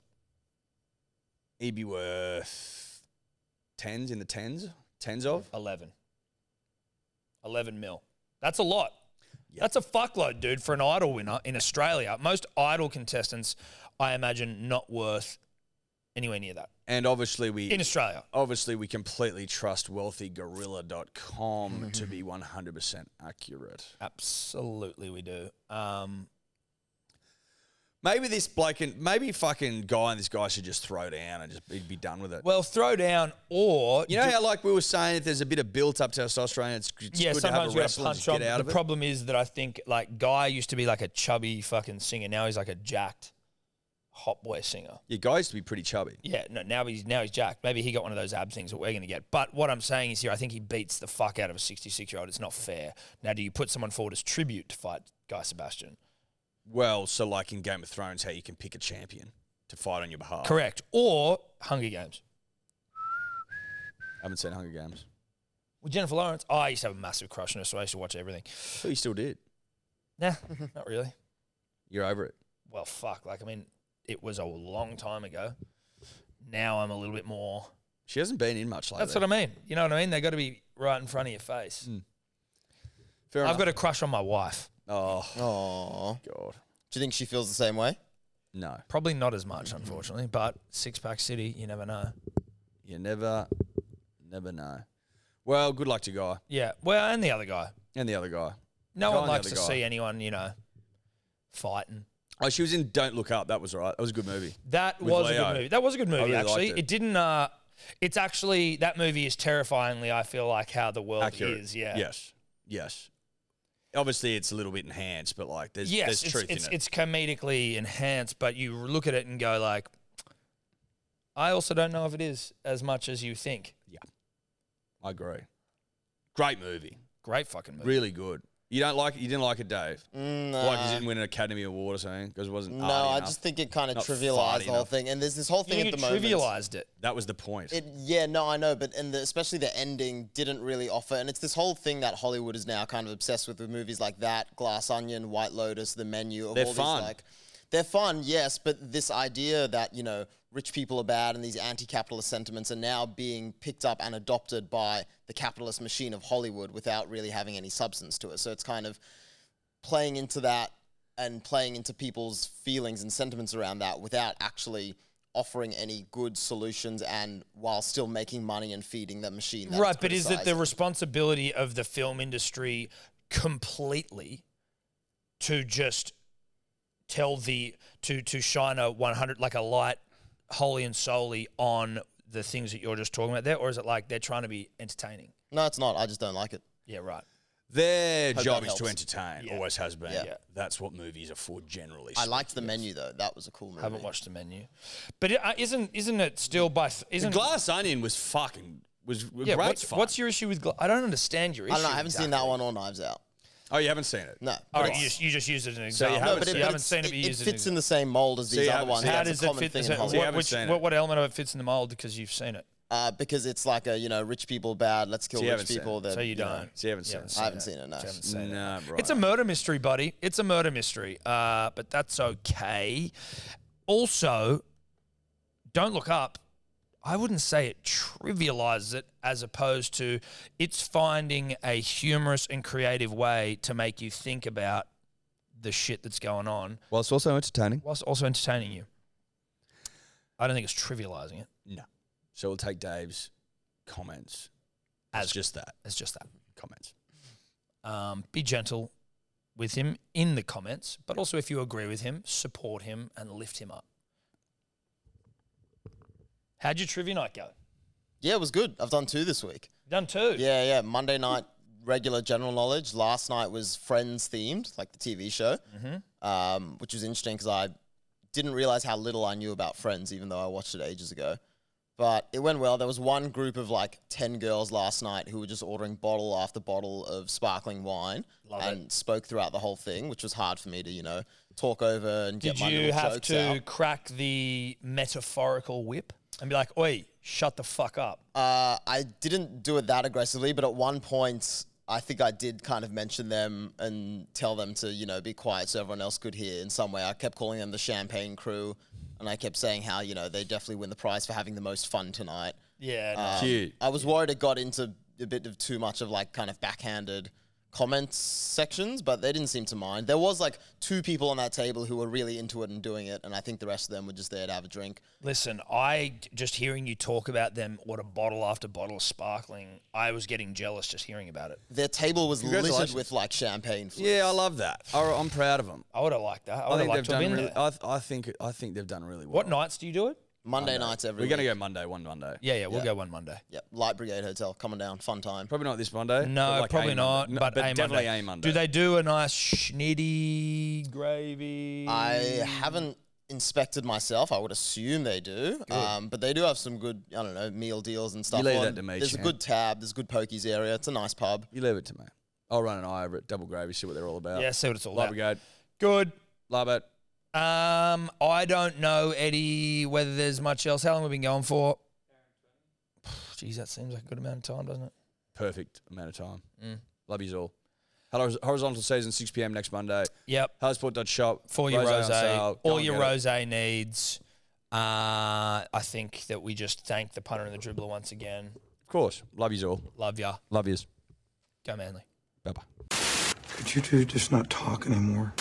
C: He'd be worth tens in the tens, tens of.
B: 11. 11 mil. That's a lot. That's a fuckload, dude, for an idol winner in Australia. Most idol contestants, I imagine, not worth anywhere near that
C: And obviously we
B: in Australia.
C: obviously we completely trust
B: Mm-hmm.
C: wealthygorilla.com to be 100% accurate.
B: Absolutely, we do. Um,
C: Maybe this bloke and maybe fucking guy and this guy should just throw down and just he'd be done with it.
B: well, throw down or
C: you know how like we were saying if there's a bit of built up testosterone it's, it's
B: yeah,
C: good to have a
B: sometimes you got to
C: wrestler and
B: punch
C: just
B: on.
C: get
B: The
C: out of it.
B: problem is that I think like Guy used to be like a chubby fucking singer. Now he's like a jacked hot boy singer.
C: yeah, guy used to be pretty chubby.
B: Yeah, no, now he's now he's jacked. Maybe he got one of those ab things that we're gonna get. But what I'm saying is here, I think he beats the fuck out of a 66 year old. It's not fair. Now, do you put someone forward as tribute to fight Guy Sebastian?
C: Well, so like in Game of Thrones how you can pick a champion to fight on your behalf.
B: Correct. Or Hunger Games?
C: I haven't seen Hunger Games.
B: With Jennifer Lawrence, oh, I used to have a massive crush on her, so I used to watch everything.
C: But you still did.
B: Nah, not really.
C: You're over it.
B: Well, fuck. Like, I mean, it was a long time ago. Now I'm a little bit more.
C: She hasn't been in much lately.
B: That's what I mean. You know what I mean? They got to be right in front of your face.
C: Mm, Fair
B: I've
C: enough.
B: got a crush on my wife.
C: Oh
E: Oh,
C: God.
E: do you think she feels the same way?
C: No.
B: Probably not as much, unfortunately, but Six Pack City, you never know.
C: You never never know. Well, good luck to Guy.
B: Yeah. Well, and the other guy.
C: And the other guy.
B: No
C: Go on
B: one
C: the
B: likes
C: other
B: to
C: guy.
B: see anyone, you know, fighting.
C: Oh, she was in Don't Look Up. That was right. That was a good movie.
B: That
C: With
B: was a
C: Leo.
B: good movie. That was a good movie,
C: really liked
B: actually.
C: it.
B: It. didn't. Uh, it's actually that movie is terrifyingly. I feel like how the world
C: Accurate.
B: is. Yeah.
C: Yes. Yes. Obviously, it's a little bit enhanced, but like there's
B: Yes,
C: there's
B: it's,
C: truth
B: it's,
C: in it.
B: it's comedically enhanced, but you look at it and go like, I also don't know if it is as much as you think.
C: I agree. Great movie.
B: Great fucking movie.
C: Really good. You don't like it? You didn't like it, Dave?
E: Mm,
C: Like you
E: nah.
C: didn't win an Academy Award or something because it wasn't.
E: No,
C: arty
E: I
C: enough.
E: just think it kind of
C: Not
E: trivialized
C: farty
E: the whole
C: enough.
E: thing. And there's this whole
B: You
E: thing at the moment.
B: trivialized it.
C: that was the point.
E: It, yeah, no, I know, but and the, especially the ending didn't really offer, and it's this whole thing that Hollywood is now kind of obsessed with with movies like that, Glass Onion, White Lotus, The Menu. Of
C: They're
E: all
C: fun.
E: These, like, they're fun, yes, but this idea that you know rich people are bad and these anti-capitalist sentiments are now being picked up and adopted by the capitalist machine of Hollywood without really having any substance to it. So it's kind of playing into that and playing into people's feelings and sentiments around that without actually offering any good solutions and while still making money and feeding the machine. that
B: Right,
E: it's
B: but is it the
E: criticizing.
B: responsibility of the film industry completely to just tell the to to shine a 100 like a light wholly and solely on the things that you're just talking about there or is it like they're trying to be entertaining?
E: No, it's not. I just don't like it.
B: Yeah, right.
C: Their
E: Hope
C: job
E: that
C: is to
E: helps.
C: entertain.
B: Yeah.
C: Always has been.
E: Yeah.
C: That's what movies are for, generally.
E: I liked the menu though. That was a cool movie.
B: Haven't watched the menu. But it, uh, isn't isn't it still by th-
C: The
B: isn't
C: Glass Onion was fucking was
B: yeah,
C: great
B: what-
C: fun.
B: what's your issue with gla- I don't understand your issue.
E: I don't know. I haven't seen that
B: exactly.
E: one or Knives Out.
C: oh, you haven't seen it?
E: No.
B: Oh,
E: but
B: you
E: it's-
B: just, you just used it as an
C: So you
B: example. So you
E: no,
B: haven't,
E: but it,
C: you
E: but
B: haven't
E: it's-
B: seen it, but you
E: it, it
B: used it as
E: fits in the same mold as
C: So
E: these
C: you
E: other
C: haven't
E: ones.
C: seen it.
B: How
E: That's
B: does
E: a
B: it
E: common
B: fit?
E: thing
B: Is
E: in
B: it
E: Hollywood.
C: Yeah, I
B: what,
C: haven't
B: which,
C: seen it.
B: what, what element of it fits in the mold because you've seen it?
E: Uh, because it's like a you know rich people bad. Let's kill
C: So you haven't
E: rich
C: seen
E: people. That
B: So you
E: know,
B: don't.
C: So you haven't seen it.
E: I haven't seen it. No.
B: You haven't
C: No,
B: seen it.
C: bro.
B: It's a murder mystery, buddy. It's a murder mystery. Uh, but that's okay. Also, don't look up. I wouldn't say it trivializes it as opposed to it's finding a humorous and creative way to make you think about the shit that's going on
C: well, it's also entertaining.
B: whilst also entertaining you. I don't think it's trivializing it
C: No. So we'll take Dave's comments as
B: as
C: just that
B: as just that.
C: comments.
B: um, be gentle with him in the comments, but also if you agree with him, support him and lift him up. How'd your trivia night go?
E: Yeah, it was good. I've done two this week.
B: Done two.
E: Yeah, yeah. Monday night, regular general knowledge. Last night was Friends themed, like the TV show,
B: Mm-hmm.
E: um, which was interesting because I didn't realize how little I knew about Friends, even though I watched it ages ago. But it went well. There was one group of like 10 girls last night who were just ordering bottle after bottle of sparkling wine
B: Love
E: and spoke throughout the whole thing, which was hard for me to, you know, talk over and get
B: Did
E: my
B: you
E: little
B: have
E: jokes
B: to
E: out.
B: crack the metaphorical whip and be like, oi, shut the fuck up?
E: Uh, I didn't do it that aggressively, but at one point, I think I did kind of mention them and tell them to, you know, be quiet so everyone else could hear in some way. I kept calling them the champagne crew. and I kept saying how you know they definitely win the prize for having the most fun tonight.
B: Yeah. no.
E: Um,
C: Cute.
E: I was worried it got into a bit of too much of like kind of backhanded comments sections, but they didn't seem to mind. There was like two people on that table who were really into it and doing it, and I think the rest of them were just there to have a drink.
B: Listen, I just hearing you talk about them, what a bottle after bottle of sparkling. I was getting jealous just hearing about it.
E: Their table was littered
C: Congratulations.
E: with like champagne. Flutes.
C: Yeah, I love that. I, I'm proud of them.
B: I would have liked that. I
C: I
B: would have
C: think
B: liked
C: they've
B: to have
C: done
B: been
C: really.
B: there.
E: Oh.
C: I, th- I think I think they've done really well.
B: what nights do you do it?
E: Monday nights every
C: We're gonna
E: week.
C: go Monday, one Monday.
B: Yeah, yeah, we'll go one Monday.
E: Yep, Light Brigade Hotel coming down, fun time.
C: Probably not this Monday.
B: No,
C: but like
B: probably
C: a
B: not.
C: Monday. No,
B: but
C: but
B: a
C: definitely
B: Monday.
C: a Monday.
B: Do they do a nice schnitty
C: Hmm.
B: gravy?
E: I haven't inspected myself. I would assume they do, um, but they do have some good, I don't know, meal deals and stuff.
C: leave
E: on.
C: that to me,
E: There's a
C: champ.
E: good tab. There's a good pokies area. It's a nice pub.
C: You leave it to me. I'll run an eye over it. Double gravy. See what they're all about.
B: yeah, see what it's all
C: Love
B: about.
C: brigade.
B: Good.
C: Love it.
B: Um, I don't know, Eddie, whether there's much else. How long we've been going for? Geez, that seems like a good amount of time, doesn't it?
C: Perfect amount of time. Love yous all. Hello, horizontal season, 6 p.m. next Monday.
B: Yep.
C: Hardsport.shop.
B: For your
C: Rosé on
B: rose,
C: sale. Go
B: all
C: and
B: your
C: get it.
B: rose needs. Uh, I think that we just thank the punter and the dribbler once again.
C: Of course. Love yous all.
B: Love ya.
C: Love yous.
B: Go manly.
C: Bye bye.
F: Could you two just not talk anymore?